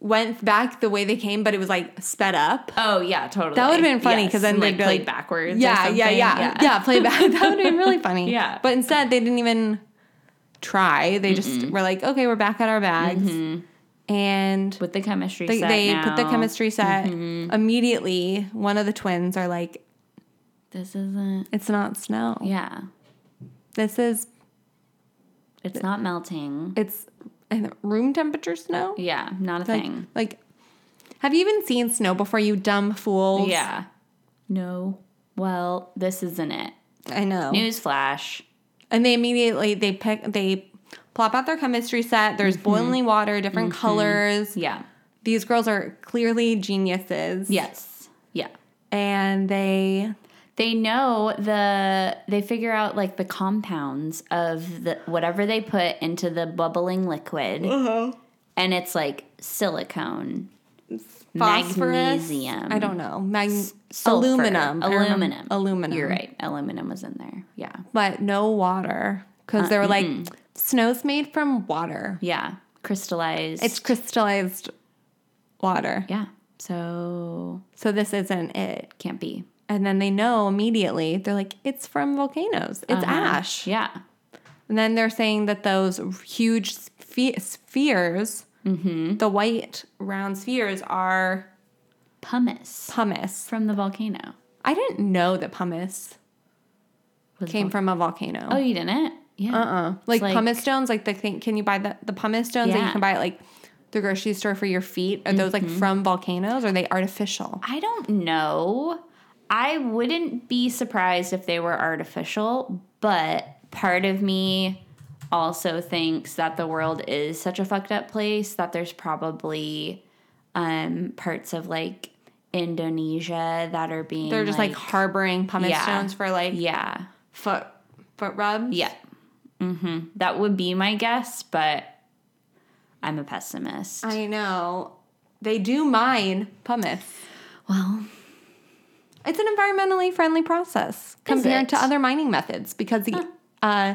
Speaker 3: went back the way they came, but it was like sped up.
Speaker 4: Oh yeah, totally.
Speaker 3: That would have been funny because then
Speaker 4: and,
Speaker 3: they'd
Speaker 4: like
Speaker 3: be
Speaker 4: played
Speaker 3: like,
Speaker 4: backwards. or
Speaker 3: Yeah, yeah,
Speaker 4: something.
Speaker 3: yeah, yeah, Play back. that would have been really funny.
Speaker 4: Yeah.
Speaker 3: but instead they didn't even try. They just were like, okay, we're back at our bags, and
Speaker 4: Mm-hmm. with the chemistry
Speaker 3: they,
Speaker 4: set
Speaker 3: they put the
Speaker 4: now, Mm-hmm.
Speaker 3: chemistry set immediately. One of the twins are like,
Speaker 4: this isn't
Speaker 3: it's not snow.
Speaker 4: yeah
Speaker 3: This is
Speaker 4: it's not melting
Speaker 3: it's and room temperature snow.
Speaker 4: yeah not a
Speaker 3: Like,
Speaker 4: thing
Speaker 3: like, have you even seen snow before, you dumb fools?
Speaker 4: yeah no well this isn't it
Speaker 3: I know.
Speaker 4: news flash
Speaker 3: And they immediately they pick they plop out their chemistry set. There's boiling water, different colors.
Speaker 4: Mm-hmm. yeah
Speaker 3: These girls are clearly geniuses.
Speaker 4: yes yeah
Speaker 3: And they
Speaker 4: they know the they figure out like the compounds of the whatever they put into the bubbling liquid
Speaker 3: Uh-huh.
Speaker 4: and it's like silicone
Speaker 3: Phosphorus.
Speaker 4: Magnesium.
Speaker 3: I don't know. Mag-
Speaker 4: sulfur,
Speaker 3: aluminum. I remember-
Speaker 4: aluminum
Speaker 3: Aluminum.
Speaker 4: you're right aluminum was in there yeah
Speaker 3: But no water because they were like,
Speaker 4: Uh-uh.
Speaker 3: snow's made from water.
Speaker 4: yeah crystallized
Speaker 3: It's crystallized water.
Speaker 4: yeah so
Speaker 3: So this isn't it.
Speaker 4: can't be
Speaker 3: And then they know immediately. They're like, it's from volcanoes. It's ash.
Speaker 4: Uh-huh. yeah
Speaker 3: And then they're saying that those huge sphe- spheres,
Speaker 4: Mm-hmm.
Speaker 3: the white round spheres, are
Speaker 4: pumice
Speaker 3: pumice.
Speaker 4: from the volcano
Speaker 3: I didn't know that pumice
Speaker 4: Was
Speaker 3: came from a volcano.
Speaker 4: oh you didn't yeah
Speaker 3: Uh-uh. Like,
Speaker 4: like-
Speaker 3: pumice stones, like the thing, can you buy the, the pumice stones that you
Speaker 4: Yeah. Mm-hmm.
Speaker 3: can buy at like the grocery store for your feet? Are those like from volcanoes? Or are they artificial?
Speaker 4: I don't know. I wouldn't be surprised if they were artificial, but part of me also thinks that the world is such a fucked up place that there's probably um, parts of like Indonesia that are being
Speaker 3: They're just like, harboring pumice
Speaker 4: Yeah.
Speaker 3: stones for like
Speaker 4: yeah
Speaker 3: foot foot rubs.
Speaker 4: yeah hmm that would be my guess, but I'm a pessimist.
Speaker 3: I know. They do mine pumice.
Speaker 4: well,
Speaker 3: It's an environmentally friendly process compared
Speaker 4: it?
Speaker 3: to other mining methods because the uh,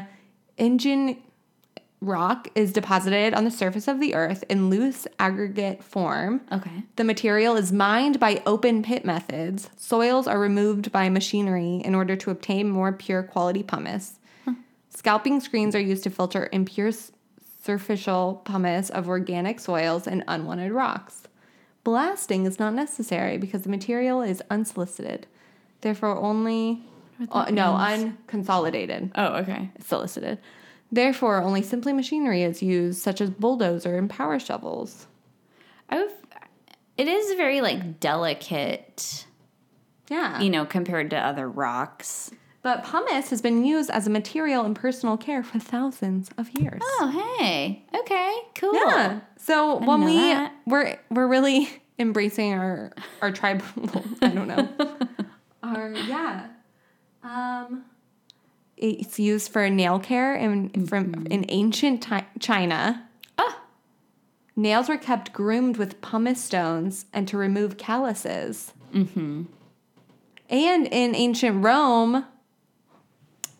Speaker 3: engine rock is deposited on the surface of the earth in loose aggregate form.
Speaker 4: okay,
Speaker 3: The material is mined by open pit methods. Soils are removed by machinery in order to obtain more pure quality pumice. Scalping screens are used to filter impure s- superficial pumice of organic soils and unwanted rocks. Blasting is not necessary because the material is unsolicited, therefore, only uh, no unconsolidated
Speaker 4: oh, okay,
Speaker 3: solicited. Therefore, only simply machinery is used, such as bulldozer and power shovels.
Speaker 4: I've it is very like delicate.
Speaker 3: Yeah,
Speaker 4: you know, compared to other rocks.
Speaker 3: But pumice has been used as a material in personal care for thousands of years.
Speaker 4: Oh, hey. Okay, cool.
Speaker 3: Yeah. So when
Speaker 4: know
Speaker 3: we
Speaker 4: that.
Speaker 3: we're we're really embracing our our tribal I don't know. our yeah. Um it's used for nail care in from in ancient ti- China.
Speaker 4: Mm-hmm. Ah.
Speaker 3: Nails were kept groomed with pumice stones and to remove calluses. Mm-hmm. And in ancient Rome,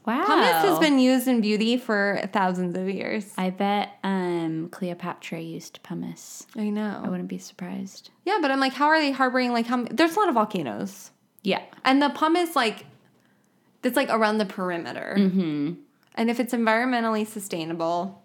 Speaker 4: Wow.
Speaker 3: Pumice
Speaker 4: Oh.
Speaker 3: has been used in beauty for thousands of years.
Speaker 4: I bet um, Cleopatra used pumice.
Speaker 3: I
Speaker 4: I
Speaker 3: know.
Speaker 4: wouldn't be surprised.
Speaker 3: Yeah, but I'm like, how are they harboring like how? m- There's a lot of volcanoes,
Speaker 4: Yeah.
Speaker 3: and the pumice like, that's like around the perimeter. Mm-hmm. And if it's environmentally sustainable,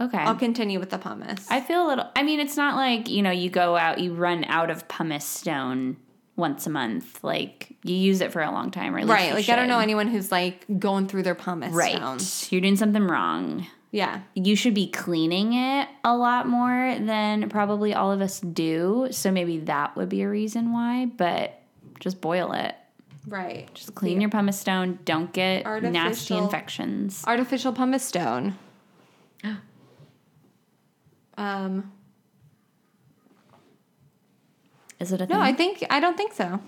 Speaker 4: Okay.
Speaker 3: I'll continue with the pumice.
Speaker 4: I feel a little. I mean, it's not like you know you go out, you run out of pumice stone once a month. Like you use it for a long time, or at least
Speaker 3: right,
Speaker 4: you
Speaker 3: like I don't know
Speaker 4: should.
Speaker 3: anyone who's like going through their pumice.
Speaker 4: Right.
Speaker 3: stones.
Speaker 4: You're doing something wrong.
Speaker 3: Yeah.
Speaker 4: you should be cleaning it a lot more than probably all of us do. So maybe that would be a reason why, but just boil it.
Speaker 3: Right. Just
Speaker 4: Just clean your pumice stone. Don't get nasty
Speaker 3: Artificial-
Speaker 4: infections.
Speaker 3: artificial pumice stone. um.
Speaker 4: Is it a thing?
Speaker 3: No, I think I don't think so.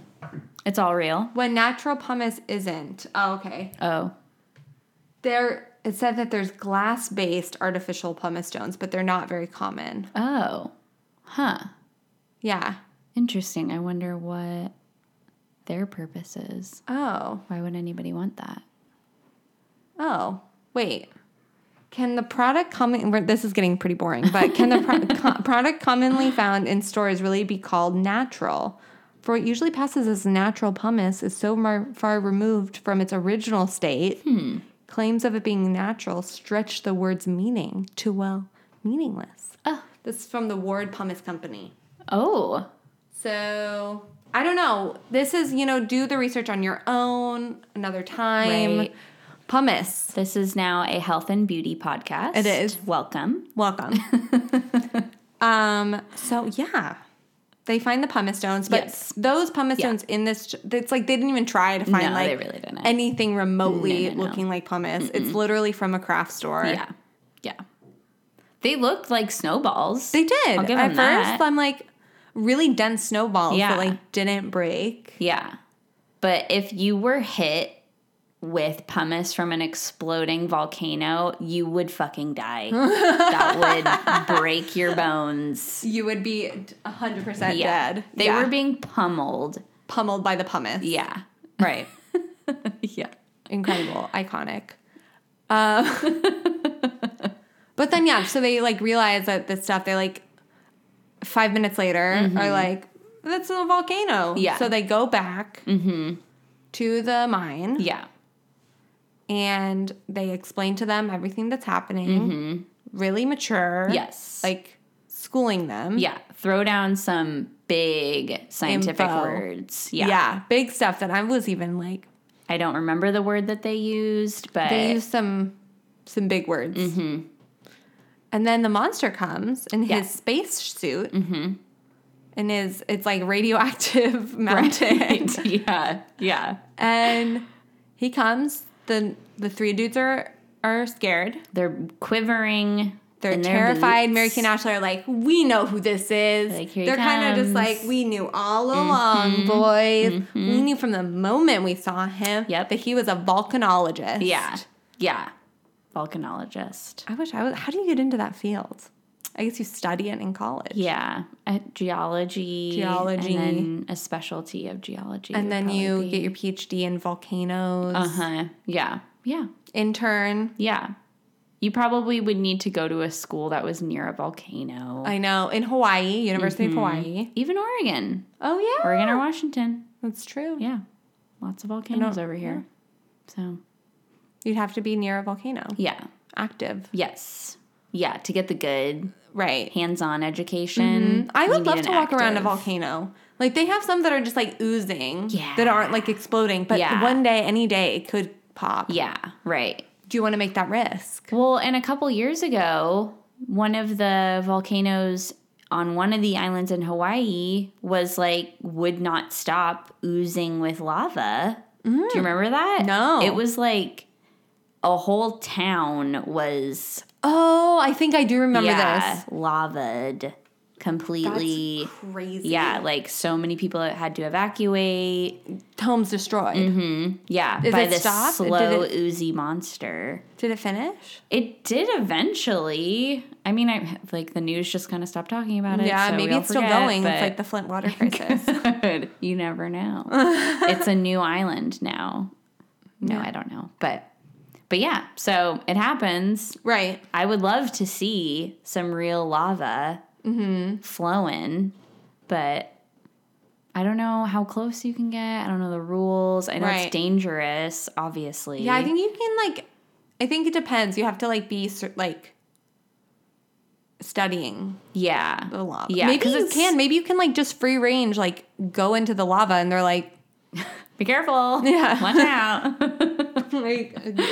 Speaker 4: it's all real.
Speaker 3: When natural pumice isn't. Oh, okay.
Speaker 4: Oh,
Speaker 3: There, it said that there's glass-based artificial pumice stones, but they're not very common.
Speaker 4: oh, huh.
Speaker 3: Yeah.
Speaker 4: Interesting. I wonder what their purpose is.
Speaker 3: Oh.
Speaker 4: Why would anybody want that?
Speaker 3: Oh. Wait. Can the product common? we're- This is getting pretty boring, but can the pro- co- product commonly found in stores really be called natural? For what usually passes as natural pumice is so mar- far removed from its original state. Claims of it being natural stretch the word's meaning to well meaningless.
Speaker 4: Oh.
Speaker 3: This is from the Ward Pumice Company.
Speaker 4: Oh,
Speaker 3: So I don't know. This is, you know, do the research on your own another time.
Speaker 4: Right.
Speaker 3: Pumice.
Speaker 4: this is now a health and beauty podcast.
Speaker 3: It is.
Speaker 4: Welcome.
Speaker 3: Welcome. um, so yeah. They find the pumice stones, but
Speaker 4: Yes.
Speaker 3: those pumice stones in this it's like they didn't even try to find
Speaker 4: No,
Speaker 3: like
Speaker 4: they really didn't.
Speaker 3: anything remotely
Speaker 4: No, no, no.
Speaker 3: looking like pumice. It's literally from a craft store.
Speaker 4: Yeah. Yeah. They looked like snowballs.
Speaker 3: They did.
Speaker 4: I'll give
Speaker 3: At
Speaker 4: them
Speaker 3: first
Speaker 4: that.
Speaker 3: I'm like really dense snowballs
Speaker 4: Yeah.
Speaker 3: that like didn't break.
Speaker 4: Yeah. But if you were hit with pumice from an exploding volcano, you would fucking die. that would break your bones.
Speaker 3: You would be 100%
Speaker 4: Yeah.
Speaker 3: dead.
Speaker 4: They
Speaker 3: Yeah.
Speaker 4: were being pummeled.
Speaker 3: pummeled by the pumice.
Speaker 4: Yeah. Right. yeah.
Speaker 3: incredible, iconic. Um, but then yeah, so they like realize that this stuff. They like five minutes later are like, "That's a volcano."
Speaker 4: Mm-hmm. Yeah. Mm-hmm.
Speaker 3: So they go back to the mine
Speaker 4: Yeah.
Speaker 3: and they explain to them everything that's happening. Really mature.
Speaker 4: Mm-hmm. Yes.
Speaker 3: Like schooling them.
Speaker 4: Yeah. Throw down some big scientific
Speaker 3: Info.
Speaker 4: words.
Speaker 3: Yeah.
Speaker 4: Yeah.
Speaker 3: Big stuff that I was even like.
Speaker 4: I don't remember the word that they used, but
Speaker 3: They use some some big words.
Speaker 4: Mm-hmm.
Speaker 3: And then the monster comes in
Speaker 4: Yeah.
Speaker 3: his space suit.
Speaker 4: Mm-hmm.
Speaker 3: And is it's like radioactive mountain,
Speaker 4: yeah. Yeah.
Speaker 3: and he comes. the The three dudes are are scared.
Speaker 4: They're quivering.
Speaker 3: They're
Speaker 4: in their
Speaker 3: terrified.
Speaker 4: boots.
Speaker 3: Mary Kate and Ashley are like, "We know who this is."
Speaker 4: Like, "Here he
Speaker 3: They're kind of just
Speaker 4: comes."
Speaker 3: like,
Speaker 4: Mm-hmm.
Speaker 3: "We knew all along, boys. We knew from the moment we saw him
Speaker 4: Yep.
Speaker 3: that he was a volcanologist."
Speaker 4: Yeah. Yeah. Volcanologist.
Speaker 3: I wish I was. How do you get into that field? I guess you study it in college.
Speaker 4: Yeah. Uh, geology.
Speaker 3: Geology.
Speaker 4: And then a specialty of geology.
Speaker 3: And then you get your PhD in volcanoes.
Speaker 4: Uh huh. Yeah. Yeah.
Speaker 3: Intern.
Speaker 4: Yeah. You probably would need to go to a school that was near a volcano.
Speaker 3: I know. In Hawaii, University
Speaker 4: Mm-hmm.
Speaker 3: of Hawaii.
Speaker 4: Even Oregon.
Speaker 3: Oh, yeah.
Speaker 4: Oregon or Washington.
Speaker 3: That's true.
Speaker 4: Yeah. Lots of volcanoes over here. So,
Speaker 3: You'd have to be near a volcano.
Speaker 4: yeah.
Speaker 3: Active.
Speaker 4: Yes. Yeah. To get the good
Speaker 3: Right.
Speaker 4: hands on education.
Speaker 3: I
Speaker 4: you
Speaker 3: would
Speaker 4: need
Speaker 3: love
Speaker 4: an
Speaker 3: to walk around a
Speaker 4: active-
Speaker 3: volcano. Like they have some that are just like oozing.
Speaker 4: Yeah.
Speaker 3: That aren't like exploding. But
Speaker 4: Yeah.
Speaker 3: one day, any day, it could pop.
Speaker 4: Yeah. Right.
Speaker 3: Do you want to make that risk?
Speaker 4: Well, and a couple years ago, one of the volcanoes on one of the islands in Hawaii was like would not stop oozing with lava. Do you remember that?
Speaker 3: Mm. No.
Speaker 4: It was like a whole town was
Speaker 3: Oh, I think I do remember
Speaker 4: yeah,
Speaker 3: this.
Speaker 4: lavaed completely.
Speaker 3: That's crazy.
Speaker 4: Yeah, like so many people had to evacuate.
Speaker 3: Homes destroyed.
Speaker 4: Mm. Yeah,
Speaker 3: Is
Speaker 4: by
Speaker 3: it
Speaker 4: this
Speaker 3: stopped? Did
Speaker 4: slow
Speaker 3: it-
Speaker 4: oozy monster.
Speaker 3: Did it finish?
Speaker 4: It did eventually. I mean, I like the news just kind of stopped talking about it.
Speaker 3: Yeah,
Speaker 4: so we
Speaker 3: maybe
Speaker 4: all
Speaker 3: it's still
Speaker 4: forget,
Speaker 3: going.
Speaker 4: but
Speaker 3: It's like the Flint water crisis.
Speaker 4: Good. You never know. it's a new island now. No, I don't know, but but yeah. So it happens.
Speaker 3: right.
Speaker 4: I would love to see some real lava
Speaker 3: Mm-hmm.
Speaker 4: flowing, but I don't know how close you can get. I don't know the rules. I know
Speaker 3: Right.
Speaker 4: it's dangerous, obviously.
Speaker 3: Yeah, I think you can like. I think it depends. You have to like be cer- like studying
Speaker 4: Yeah.
Speaker 3: the lava.
Speaker 4: Yeah,
Speaker 3: maybe
Speaker 4: 'cause
Speaker 3: you
Speaker 4: it's-
Speaker 3: can. Maybe you can like just free range, like go into the lava, and they're like,
Speaker 4: Be careful.
Speaker 3: Yeah.
Speaker 4: Watch out.
Speaker 3: like uh,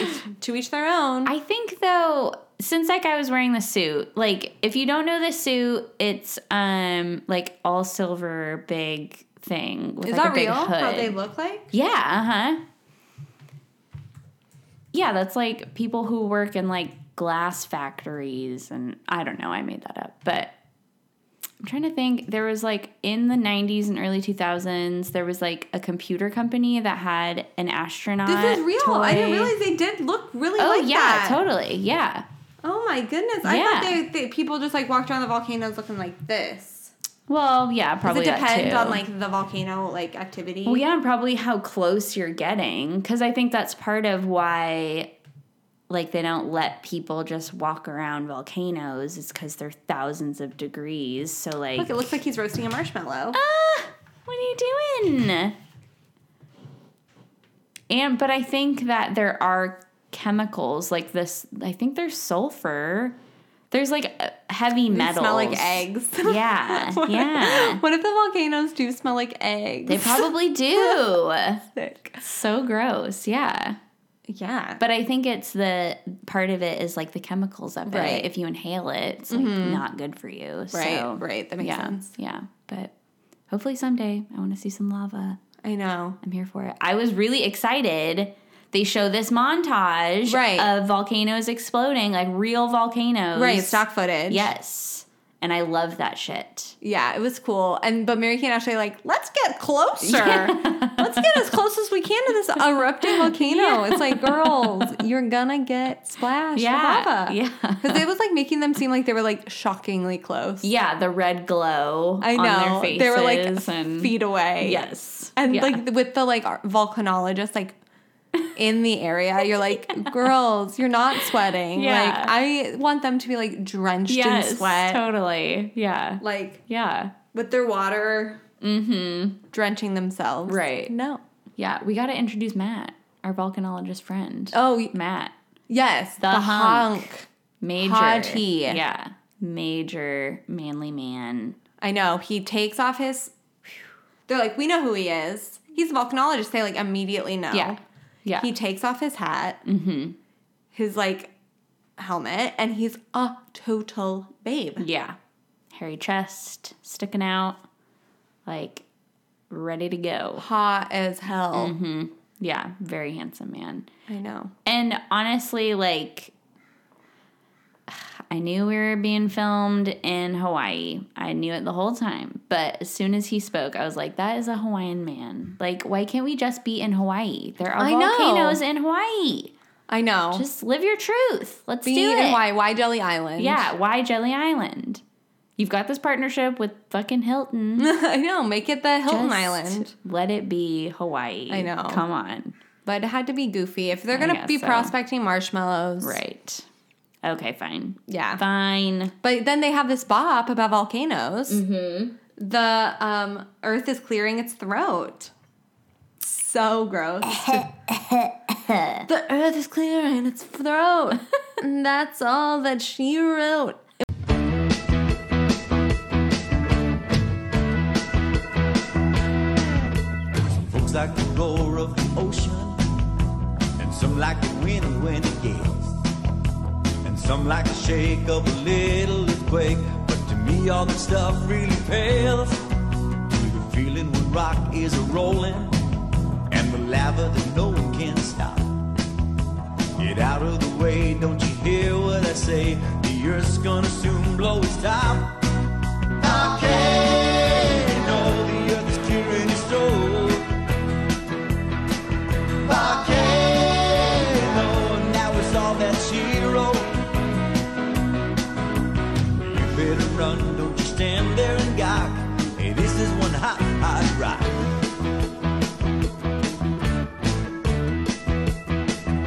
Speaker 3: to each their own.
Speaker 4: I think though, since that guy was wearing the suit, like if you don't know the suit, it's um like all silver big thing. With
Speaker 3: Is
Speaker 4: like, a
Speaker 3: that
Speaker 4: big
Speaker 3: real? How
Speaker 4: hood.
Speaker 3: they look like?
Speaker 4: Yeah, uh-huh. Yeah, that's like people who work in like glass factories and I don't know, I made that up. But I'm trying to think there was like in the 90s and early 2000s there was like a computer company that had an astronaut
Speaker 3: This is real. I didn't
Speaker 4: toy.
Speaker 3: realize they did look really
Speaker 4: Oh
Speaker 3: like
Speaker 4: yeah,
Speaker 3: that.
Speaker 4: totally. Yeah.
Speaker 3: Oh my goodness! I thought
Speaker 4: Yeah.
Speaker 3: they, they people just like walked around the volcanoes looking like this.
Speaker 4: Well, yeah,
Speaker 3: Does
Speaker 4: probably
Speaker 3: it
Speaker 4: that
Speaker 3: depend
Speaker 4: too.
Speaker 3: on like the volcano like activity?
Speaker 4: Well, yeah, and probably how close you're getting cuz I think that's part of why like they don't let people just walk around volcanoes is cuz they're thousands of degrees. So like
Speaker 3: Look, it looks like he's roasting a marshmallow.
Speaker 4: ah, what are you doing? And but I think that there are chemicals like this I think there's sulfur. There's like uh, heavy metals.
Speaker 3: Smell like eggs.
Speaker 4: Yeah. Yeah.
Speaker 3: What if the volcanoes do smell like eggs?
Speaker 4: They probably do.
Speaker 3: sick.
Speaker 4: so gross. Yeah.
Speaker 3: Yeah.
Speaker 4: But I think it's the part of it is like the chemicals of
Speaker 3: Right. Mm-hmm.
Speaker 4: it. If you inhale it, it's like not good for you.
Speaker 3: right,
Speaker 4: So,
Speaker 3: right. That makes
Speaker 4: yeah.
Speaker 3: sense.
Speaker 4: Yeah. But hopefully someday I want to see some lava.
Speaker 3: I know.
Speaker 4: I'm here for it. I was really excited. They show this montage
Speaker 3: Right.
Speaker 4: of volcanoes exploding, like real volcanoes.
Speaker 3: Right, stock footage.
Speaker 4: Yes. And I love that shit.
Speaker 3: Yeah, it was cool. And but Mary Kate and Ashley are like, let's get closer.
Speaker 4: Yeah.
Speaker 3: Let's get as close as we can to this erupting volcano. It's like, girls, you're gonna get splashed.
Speaker 4: Yeah,
Speaker 3: with lava.
Speaker 4: yeah.
Speaker 3: Because it was like making them seem like they were like shockingly close.
Speaker 4: Yeah, the red glow
Speaker 3: I know.
Speaker 4: on their faces.
Speaker 3: they were like
Speaker 4: and,
Speaker 3: feet away.
Speaker 4: Yes.
Speaker 3: And
Speaker 4: Yeah.
Speaker 3: like with the like ar- volcanologist like in the area, you're like, girls, you're not sweating.
Speaker 4: Yeah.
Speaker 3: Like I want them to be like drenched in
Speaker 4: yes,
Speaker 3: sweat.
Speaker 4: totally. Yeah.
Speaker 3: Like
Speaker 4: Yeah.
Speaker 3: with their water drenching themselves.
Speaker 4: Mm-hmm. Right.
Speaker 3: No.
Speaker 4: Yeah, we got to introduce Matt, our volcanologist friend.
Speaker 3: Oh y-
Speaker 4: Matt.
Speaker 3: yes, the,
Speaker 4: hunk.
Speaker 3: hunk.
Speaker 4: Major.
Speaker 3: Hottie.
Speaker 4: Yeah. Major manly man.
Speaker 3: I know. He takes off his. They're like, we know who he is. He's a volcanologist. They like immediately know.
Speaker 4: Yeah. Oh. Yeah.
Speaker 3: He takes off his hat, mm-hmm. his like helmet, and he's a total babe.
Speaker 4: yeah. Hairy chest sticking out, like ready to go.
Speaker 3: Hot as hell.
Speaker 4: Mm-hmm. Yeah. Very handsome man.
Speaker 3: I know.
Speaker 4: And honestly, like, I knew we were being filmed in Hawaii. I knew it the whole time. But as soon as he spoke, I was like, that is a Hawaiian man. Like, why can't we just be in Hawaii? There are
Speaker 3: I know.
Speaker 4: volcanoes in Hawaii.
Speaker 3: I know.
Speaker 4: Just live your truth. Let's
Speaker 3: Be
Speaker 4: do
Speaker 3: in
Speaker 4: it.
Speaker 3: Hawaii, why Jelly Island?
Speaker 4: Yeah, why Jelly Island? You've got this partnership with fucking Hilton.
Speaker 3: I know. Make it the Hilton
Speaker 4: Just
Speaker 3: Island.
Speaker 4: Let it be Hawaii.
Speaker 3: I know.
Speaker 4: Come on.
Speaker 3: But it had to be goofy. If they're
Speaker 4: I
Speaker 3: going to
Speaker 4: guess
Speaker 3: be
Speaker 4: so.
Speaker 3: prospecting marshmallows.
Speaker 4: Right. Okay, fine.
Speaker 3: Yeah.
Speaker 4: Fine.
Speaker 3: But then they have this bop about volcanoes. Mm-hmm. The um, earth is clearing its throat. So gross. the earth is clearing its throat. and that's all that she wrote.
Speaker 5: Folks like the roar of the ocean, and some like the wind when it gets, and some like the shake of a little earthquake. But to me, all this stuff really pales to the feeling when rock is a rolling, and the lava that no one can stop. Get out of the way, don't you hear what I say? The earth's gonna soon blow its top. Volcano, the earth is clearing its throat. volcano. Now it's all that she wrote. You better run, don't you stand there and gawk. Hey, this is one hot, hot rock.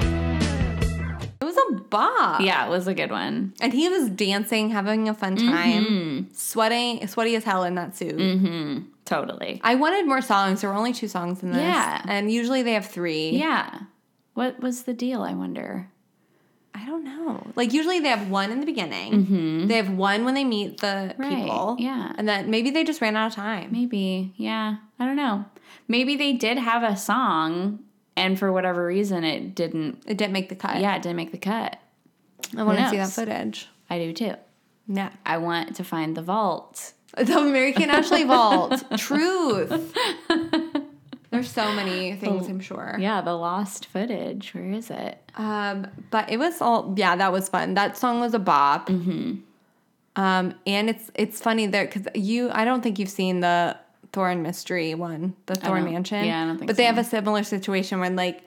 Speaker 3: It was a bop.
Speaker 4: Yeah, it was a good one.
Speaker 3: And he was dancing, having a fun time,
Speaker 4: Mm-hmm.
Speaker 3: sweating, sweaty as hell in that suit.
Speaker 4: Mm. Totally.
Speaker 3: I wanted more songs. There were only two songs in this.
Speaker 4: Yeah.
Speaker 3: And usually they have three.
Speaker 4: Yeah. What was the deal, I wonder?
Speaker 3: I don't know. Like usually they have one in the beginning. They have one when they meet the
Speaker 4: Mm-hmm. Right,
Speaker 3: people.
Speaker 4: yeah.
Speaker 3: And then maybe they just ran out of time.
Speaker 4: Maybe. Yeah. I don't know. Maybe they did have a song and for whatever reason it didn't
Speaker 3: It didn't make the cut.
Speaker 4: yeah, it didn't make the cut.
Speaker 3: I want to
Speaker 4: Who
Speaker 3: see that
Speaker 4: knows?
Speaker 3: footage.
Speaker 4: I do too.
Speaker 3: Yeah.
Speaker 4: I want to find the vault.
Speaker 3: The American Ashley Vault. Truth. There's so many things, I'm sure.
Speaker 4: Yeah, the lost footage. Where is it?
Speaker 3: Um, but it was all yeah, that was fun. That song was a bop. Mm-hmm. Um, and it's it's funny there because you I don't think you've seen the Thorn Mystery one, the Thorn
Speaker 4: don't-
Speaker 3: Mansion.
Speaker 4: yeah, I don't think
Speaker 3: But they
Speaker 4: so.
Speaker 3: have a similar situation when like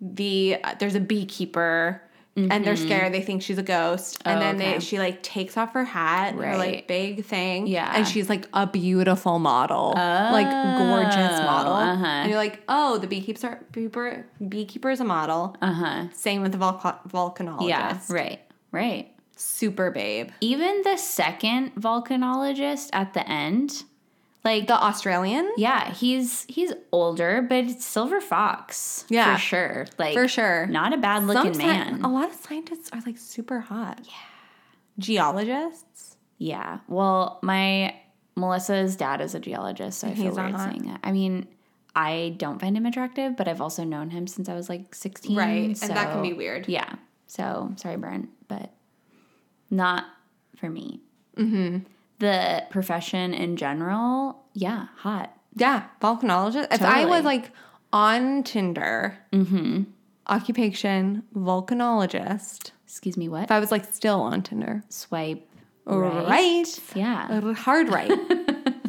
Speaker 3: the uh, there's a beekeeper. And they're scared. They think she's a ghost, and
Speaker 4: Mm-hmm. Oh,
Speaker 3: then
Speaker 4: okay.
Speaker 3: they, she like takes off her hat, her
Speaker 4: Right.
Speaker 3: like big thing,
Speaker 4: Yeah.
Speaker 3: and she's like a beautiful model, like gorgeous
Speaker 4: Oh,
Speaker 3: model.
Speaker 4: uh-huh.
Speaker 3: And you're like, oh, the beekeeper, beekeeper, beekeeper is a model,
Speaker 4: Uh huh.
Speaker 3: same with the volca- volcanologist.
Speaker 4: Yeah. Right. Right.
Speaker 3: Super babe.
Speaker 4: Even the second volcanologist at the end, like
Speaker 3: The Australian?
Speaker 4: Yeah, he's he's older, but it's Silver Fox.
Speaker 3: Yeah.
Speaker 4: for sure. Like
Speaker 3: For sure. oh.
Speaker 4: not a bad looking
Speaker 3: Some sci-
Speaker 4: man.
Speaker 3: A lot of scientists are like super hot. Yeah. Geologists?
Speaker 4: Yeah. Well, my Melissa's dad is a geologist, so I feel
Speaker 3: He's not
Speaker 4: weird
Speaker 3: hot.
Speaker 4: saying that. I mean, I don't find him attractive, but I've also known him since I was like sixteen,
Speaker 3: Right, and that can be weird.
Speaker 4: Mm, Yeah. So sorry, Brent, but not for me. Mm-hmm. The profession in general, yeah, hot.
Speaker 3: Yeah. Volcanologists. If I
Speaker 4: Totally. Mm-hmm.
Speaker 3: was like on Tinder, occupation volcanologist,
Speaker 4: Excuse me, what?
Speaker 3: if I was like still on Tinder,
Speaker 4: Swipe
Speaker 3: Right.
Speaker 4: Yeah.
Speaker 3: Uh, Hard right.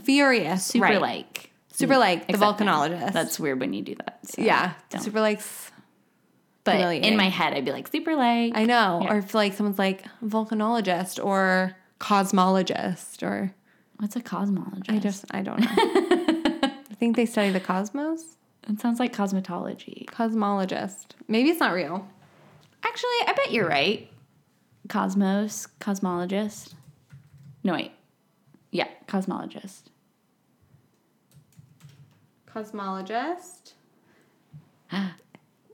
Speaker 3: Furious.
Speaker 4: Super
Speaker 3: right.
Speaker 4: like.
Speaker 3: Super like the
Speaker 4: Except now.
Speaker 3: volcanologist.
Speaker 4: That's weird when you do that. so
Speaker 3: yeah.
Speaker 4: don't.
Speaker 3: Super likes.
Speaker 4: but
Speaker 3: humiliating.
Speaker 4: in my head, I'd be like, super like.
Speaker 3: I know.
Speaker 4: Yeah.
Speaker 3: Or if like someone's like volcanologist or cosmologist or
Speaker 4: What's a cosmologist?
Speaker 3: I just I don't know. I think they study the cosmos.
Speaker 4: It sounds like cosmetology.
Speaker 3: Cosmologist. Maybe it's not real.
Speaker 4: Actually, I bet you're right. Cosmos, cosmologist. No, wait. Yeah, cosmologist.
Speaker 3: Cosmologist.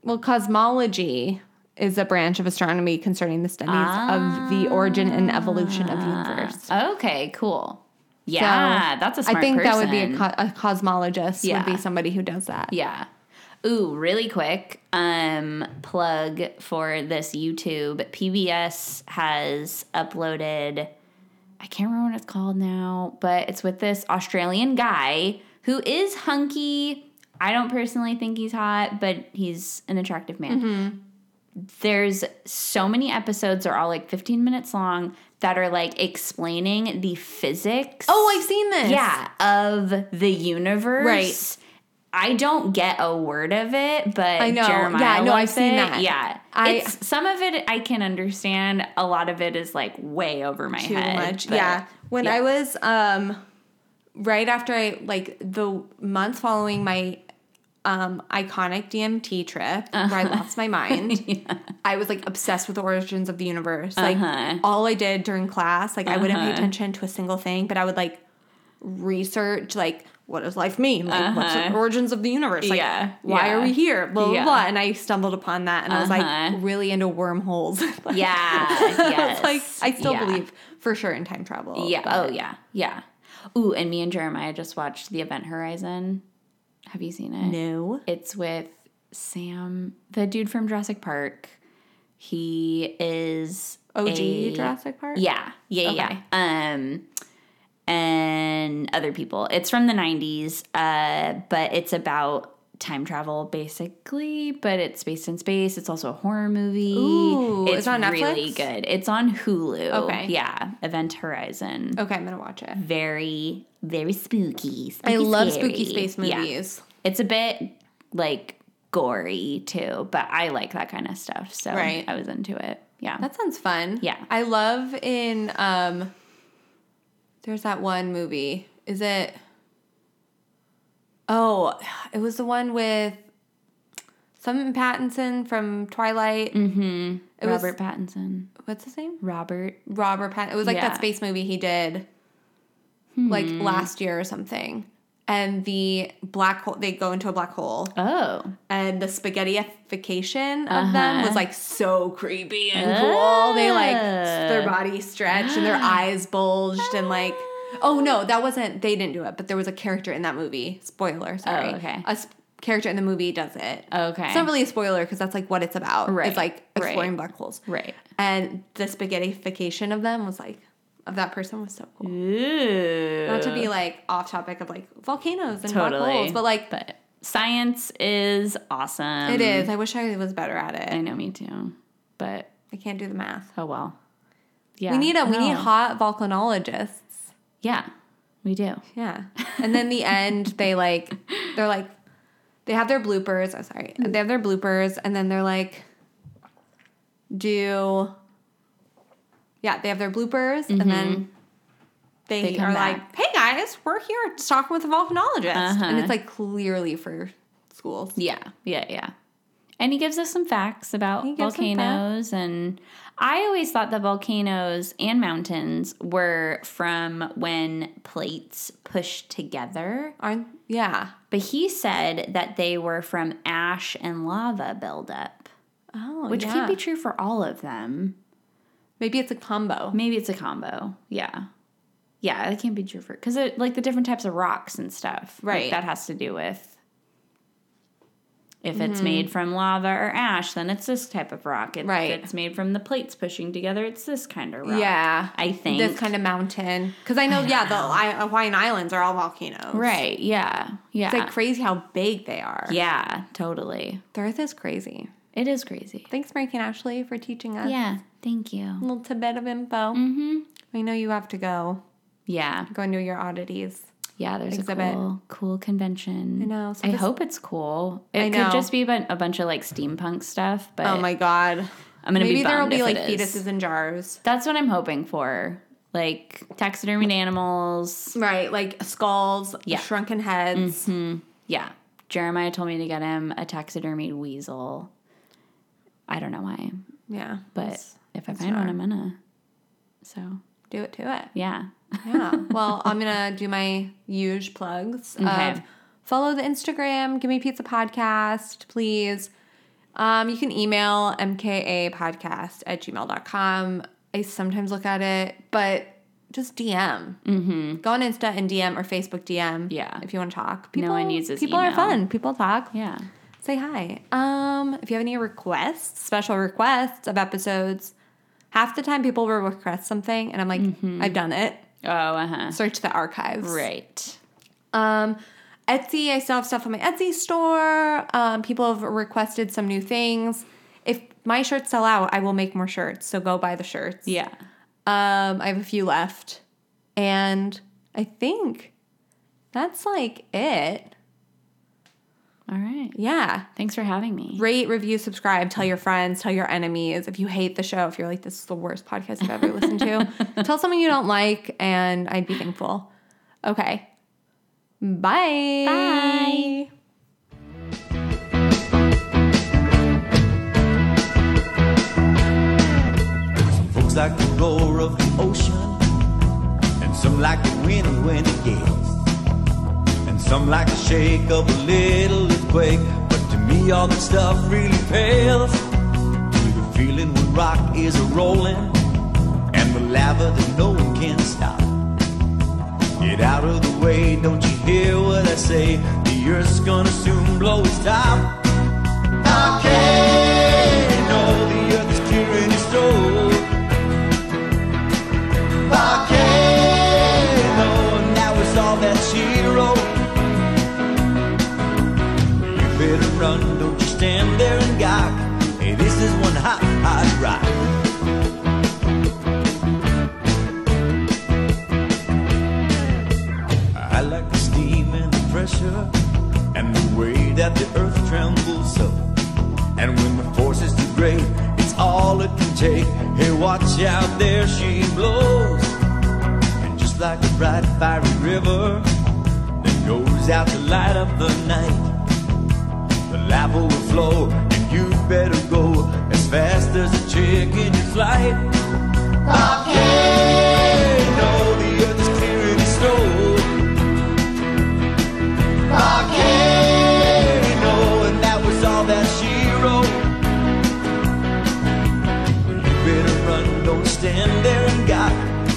Speaker 3: well, cosmology is a branch of astronomy concerning the studies of the origin and evolution of the universe.
Speaker 4: Okay, cool. Yeah, that's a smart
Speaker 3: I think that would be Ah. a,
Speaker 4: person.
Speaker 3: co- a cosmologist
Speaker 4: Yeah.
Speaker 3: would be somebody who does that.
Speaker 4: Yeah. Ooh, really quick um plug for this YouTube. PBS has uploaded I can't remember what it's called now, but it's with this Australian guy who is hunky. I don't personally think he's hot, but he's an attractive man.
Speaker 3: Mm-hmm.
Speaker 4: There's so many episodes are all like 15 minutes long that are like explaining the physics.
Speaker 3: Oh, I've seen this.
Speaker 4: Yeah, of the universe.
Speaker 3: Right.
Speaker 4: I don't get a word of it, but
Speaker 3: I know.
Speaker 4: Jeremiah
Speaker 3: Yeah, no,
Speaker 4: loves
Speaker 3: I've seen
Speaker 4: it.
Speaker 3: that.
Speaker 4: Yeah,
Speaker 3: I-
Speaker 4: it's, some of it I can understand. A lot of it is like way over my
Speaker 3: too
Speaker 4: head.
Speaker 3: much.
Speaker 4: but-
Speaker 3: yeah. When
Speaker 4: yeah.
Speaker 3: I was um right after I like the month following my um iconic DMT trip where I lost my
Speaker 4: Uh-huh.
Speaker 3: mind. I was like obsessed with the origins of the universe. Like
Speaker 4: Uh-huh.
Speaker 3: all I did during class, like I wouldn't pay
Speaker 4: Uh-huh.
Speaker 3: attention to a single thing, but I would like research like what does life mean? Like what's the
Speaker 4: Uh-huh.
Speaker 3: origins of the universe? Like
Speaker 4: Yeah,
Speaker 3: why are
Speaker 4: yeah.
Speaker 3: we here? Blah blah
Speaker 4: Yeah.
Speaker 3: blah. And I stumbled upon that and I was
Speaker 4: Uh-huh.
Speaker 3: like really into wormholes. Like,
Speaker 4: yeah, yes.
Speaker 3: it's like I still
Speaker 4: Yeah.
Speaker 3: believe for sure in time travel.
Speaker 4: Yeah.
Speaker 3: but-
Speaker 4: Oh yeah. Yeah. Ooh, and me and Jeremiah just watched The Event Horizon. Have you seen it?
Speaker 3: No.
Speaker 4: It's with Sam, the dude from Jurassic Park. He is
Speaker 3: OG
Speaker 4: a-
Speaker 3: Jurassic Park.
Speaker 4: Yeah. Yeah,
Speaker 3: Okay.
Speaker 4: yeah. Um and other people. It's from the 90s, uh but it's about time travel basically, but it's based in space. It's also a horror movie.
Speaker 3: Ooh, it's on
Speaker 4: really
Speaker 3: Netflix?
Speaker 4: good. It's on Hulu.
Speaker 3: Okay.
Speaker 4: Yeah, Event Horizon.
Speaker 3: Okay, I'm gonna watch it.
Speaker 4: Very very spooky. spooky
Speaker 3: I love
Speaker 4: scary.
Speaker 3: spooky space
Speaker 4: Yeah.
Speaker 3: movies.
Speaker 4: It's a bit like gory too, but I like that kind of stuff. So
Speaker 3: Right.
Speaker 4: I was into it. Yeah.
Speaker 3: That sounds fun.
Speaker 4: Yeah.
Speaker 3: I love in um there's that one movie. Is it Oh, it was the one with some Pattinson from Twilight.
Speaker 4: mm-hmm.
Speaker 3: It was-
Speaker 4: Robert Pattinson.
Speaker 3: What's his name?
Speaker 4: Robert.
Speaker 3: Robert Pattinson. It was like
Speaker 4: Yeah.
Speaker 3: that space movie he did like last year or something. And the black hole they go into a black hole.
Speaker 4: Oh.
Speaker 3: and the spaghettiification of them
Speaker 4: Uh-huh.
Speaker 3: was like so creepy and cool. They like s- their body stretched and their eyes bulged and like oh no, that wasn't they didn't do it, but there was a character in that movie. Spoiler, sorry.
Speaker 4: Oh, okay.
Speaker 3: A sp- character in the movie does it.
Speaker 4: Okay.
Speaker 3: It's not really a spoiler because that's like what it's about.
Speaker 4: Right,
Speaker 3: It's like
Speaker 4: right.
Speaker 3: exploring black holes.
Speaker 4: Right.
Speaker 3: And the spaghettification of them was like of that person was so cool.
Speaker 4: Ooh.
Speaker 3: Not to be like off topic of like volcanoes and black holes, but like
Speaker 4: but um, science is awesome.
Speaker 3: it is. I wish I was better at
Speaker 4: I
Speaker 3: it.
Speaker 4: know me too. But
Speaker 3: I can't do the math.
Speaker 4: oh well. Yeah.
Speaker 3: We need a we need
Speaker 4: No.
Speaker 3: hot volcanologists.
Speaker 4: Yeah. We do.
Speaker 3: Yeah. And then the end they like they're like they have their bloopers. I'm sorry. They have their bloopers and then they're like do Yeah, they have their bloopers and then Mm-hmm. they,
Speaker 4: They come
Speaker 3: are
Speaker 4: back.
Speaker 3: like, "Hey guys, we're here to talk with a volcanologist."
Speaker 4: Uh-huh.
Speaker 3: And it's like clearly for schools.
Speaker 4: Yeah, yeah, yeah. And he gives us some facts about
Speaker 3: He gives some
Speaker 4: volcanoes. And I always thought that volcanoes and mountains were from when plates pushed together.
Speaker 3: Aren't yeah.
Speaker 4: But he said that they were from ash and lava buildup,
Speaker 3: Oh,
Speaker 4: which
Speaker 3: yeah.
Speaker 4: could be true for all of them.
Speaker 3: Maybe it's a combo.
Speaker 4: Maybe it's a combo. Yeah. Yeah, that can't be true for because like the different types of rocks and stuff. like,
Speaker 3: Right.
Speaker 4: that has to do with if
Speaker 3: Mm-hmm.
Speaker 4: it's made from lava or ash, then it's this type of rock. If
Speaker 3: Right.
Speaker 4: it's made from the plates pushing together, it's this kind of rock.
Speaker 3: Yeah.
Speaker 4: I think
Speaker 3: this kind of mountain because I know, yeah, the I, Hawaiian Islands are all volcanoes.
Speaker 4: right. Yeah. Yeah.
Speaker 3: It's like crazy how big they are.
Speaker 4: yeah. Totally.
Speaker 3: The earth is crazy.
Speaker 4: It is crazy.
Speaker 3: Thanks, Mary Kate Ashley, for teaching us
Speaker 4: Yeah. Thank you.
Speaker 3: a little tidbit of info.
Speaker 4: Mm-hmm.
Speaker 3: I know you have to go.
Speaker 4: Yeah.
Speaker 3: Go into your oddities.
Speaker 4: Yeah, there's
Speaker 3: Exhibit.
Speaker 4: a cool, cool convention.
Speaker 3: I know, so
Speaker 4: I
Speaker 3: this-
Speaker 4: hope it's cool. It
Speaker 3: I
Speaker 4: could
Speaker 3: know.
Speaker 4: just be a bun- a bunch of like steampunk stuff, but
Speaker 3: oh my god.
Speaker 4: I'm gonna be
Speaker 3: Maybe there will
Speaker 4: bummed
Speaker 3: be
Speaker 4: if
Speaker 3: like
Speaker 4: it is.
Speaker 3: fetuses in jars.
Speaker 4: that's what I'm hoping for. Like taxidermied animals.
Speaker 3: Right, like skulls,
Speaker 4: Yeah.
Speaker 3: shrunken heads.
Speaker 4: Yeah. Jeremiah told me to get him a taxidermied weasel. I don't know why,
Speaker 3: Yeah.
Speaker 4: but if I find one, I'm gonna. So,
Speaker 3: do it to it.
Speaker 4: yeah.
Speaker 3: Yeah. Well, I'm gonna do my huge plugs. Of
Speaker 4: Okay.
Speaker 3: follow the Instagram, give me pizza podcast, please. Um, you can email mkapodcast at gmail.com. I sometimes look at it, but just DM. Mm-hmm. Go on Insta and DM or Facebook DM.
Speaker 4: Yeah.
Speaker 3: If you want to talk.
Speaker 4: No one uses
Speaker 3: People are
Speaker 4: email.
Speaker 3: fun. People talk.
Speaker 4: Yeah.
Speaker 3: Say hi. Um, if you have any requests, special requests of episodes, half the time people will request something and I'm like, I've done it
Speaker 4: Oh, uh huh.
Speaker 3: search the archives.
Speaker 4: Right.
Speaker 3: Um, Etsy, I still have stuff on my Etsy store. Um, people have requested some new things. If my shirts sell out, I will make more shirts. So go buy the shirts.
Speaker 4: Yeah.
Speaker 3: Um, I have a few left. And I think that's like it.
Speaker 4: All right.
Speaker 3: Yeah.
Speaker 4: Thanks for having me.
Speaker 3: Rate, review, subscribe, tell your friends, tell your enemies. If you hate the show, if you're like, this is the worst podcast I've ever listened to, tell someone you don't like, and I'd be thankful. Okay. Bye. Bye.
Speaker 5: Folks like the roar of the ocean, and some like the wind when it gets, and some like the shake of a little earthquake. But to me, all that stuff really pales to the feeling when rock is a rolling, and the lava that no one can stop. Get out of the way, don't you hear what I say? The earth's gonna soon blow its top. I know the earth is tearing its soul. Volcano, now it's all that she wrote. You better run, don't you stand there and gawk. Hey, this is one hot, hot rock. I like the steam and the pressure and the way that the earth trembles so. And when the force is too great, it's all it can take. Hey, watch out, there she blows. And just like a bright, fiery river that goes out to light up the night, the lava will flow, and you better go as fast as a chick in your flight. Volcano, the earth is clearing its snow. volcano, and that was all that she wrote. You better run, don't stand there and got.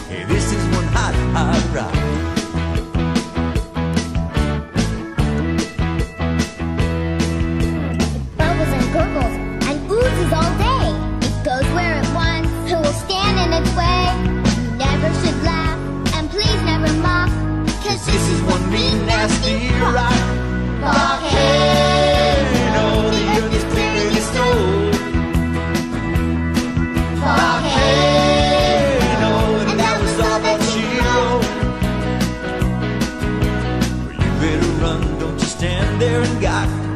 Speaker 5: Hey, this is one hot, hot rock.
Speaker 2: bubbles and gurgles and oozes all day. It goes where it wants, who will stand in its way? You never should laugh, and please never mock, cause this is one mean, nasty rock. Volcano, the earth is clearing its soul. Volcano, and that was all that she wrote.
Speaker 5: You better run, don't you stand there and got.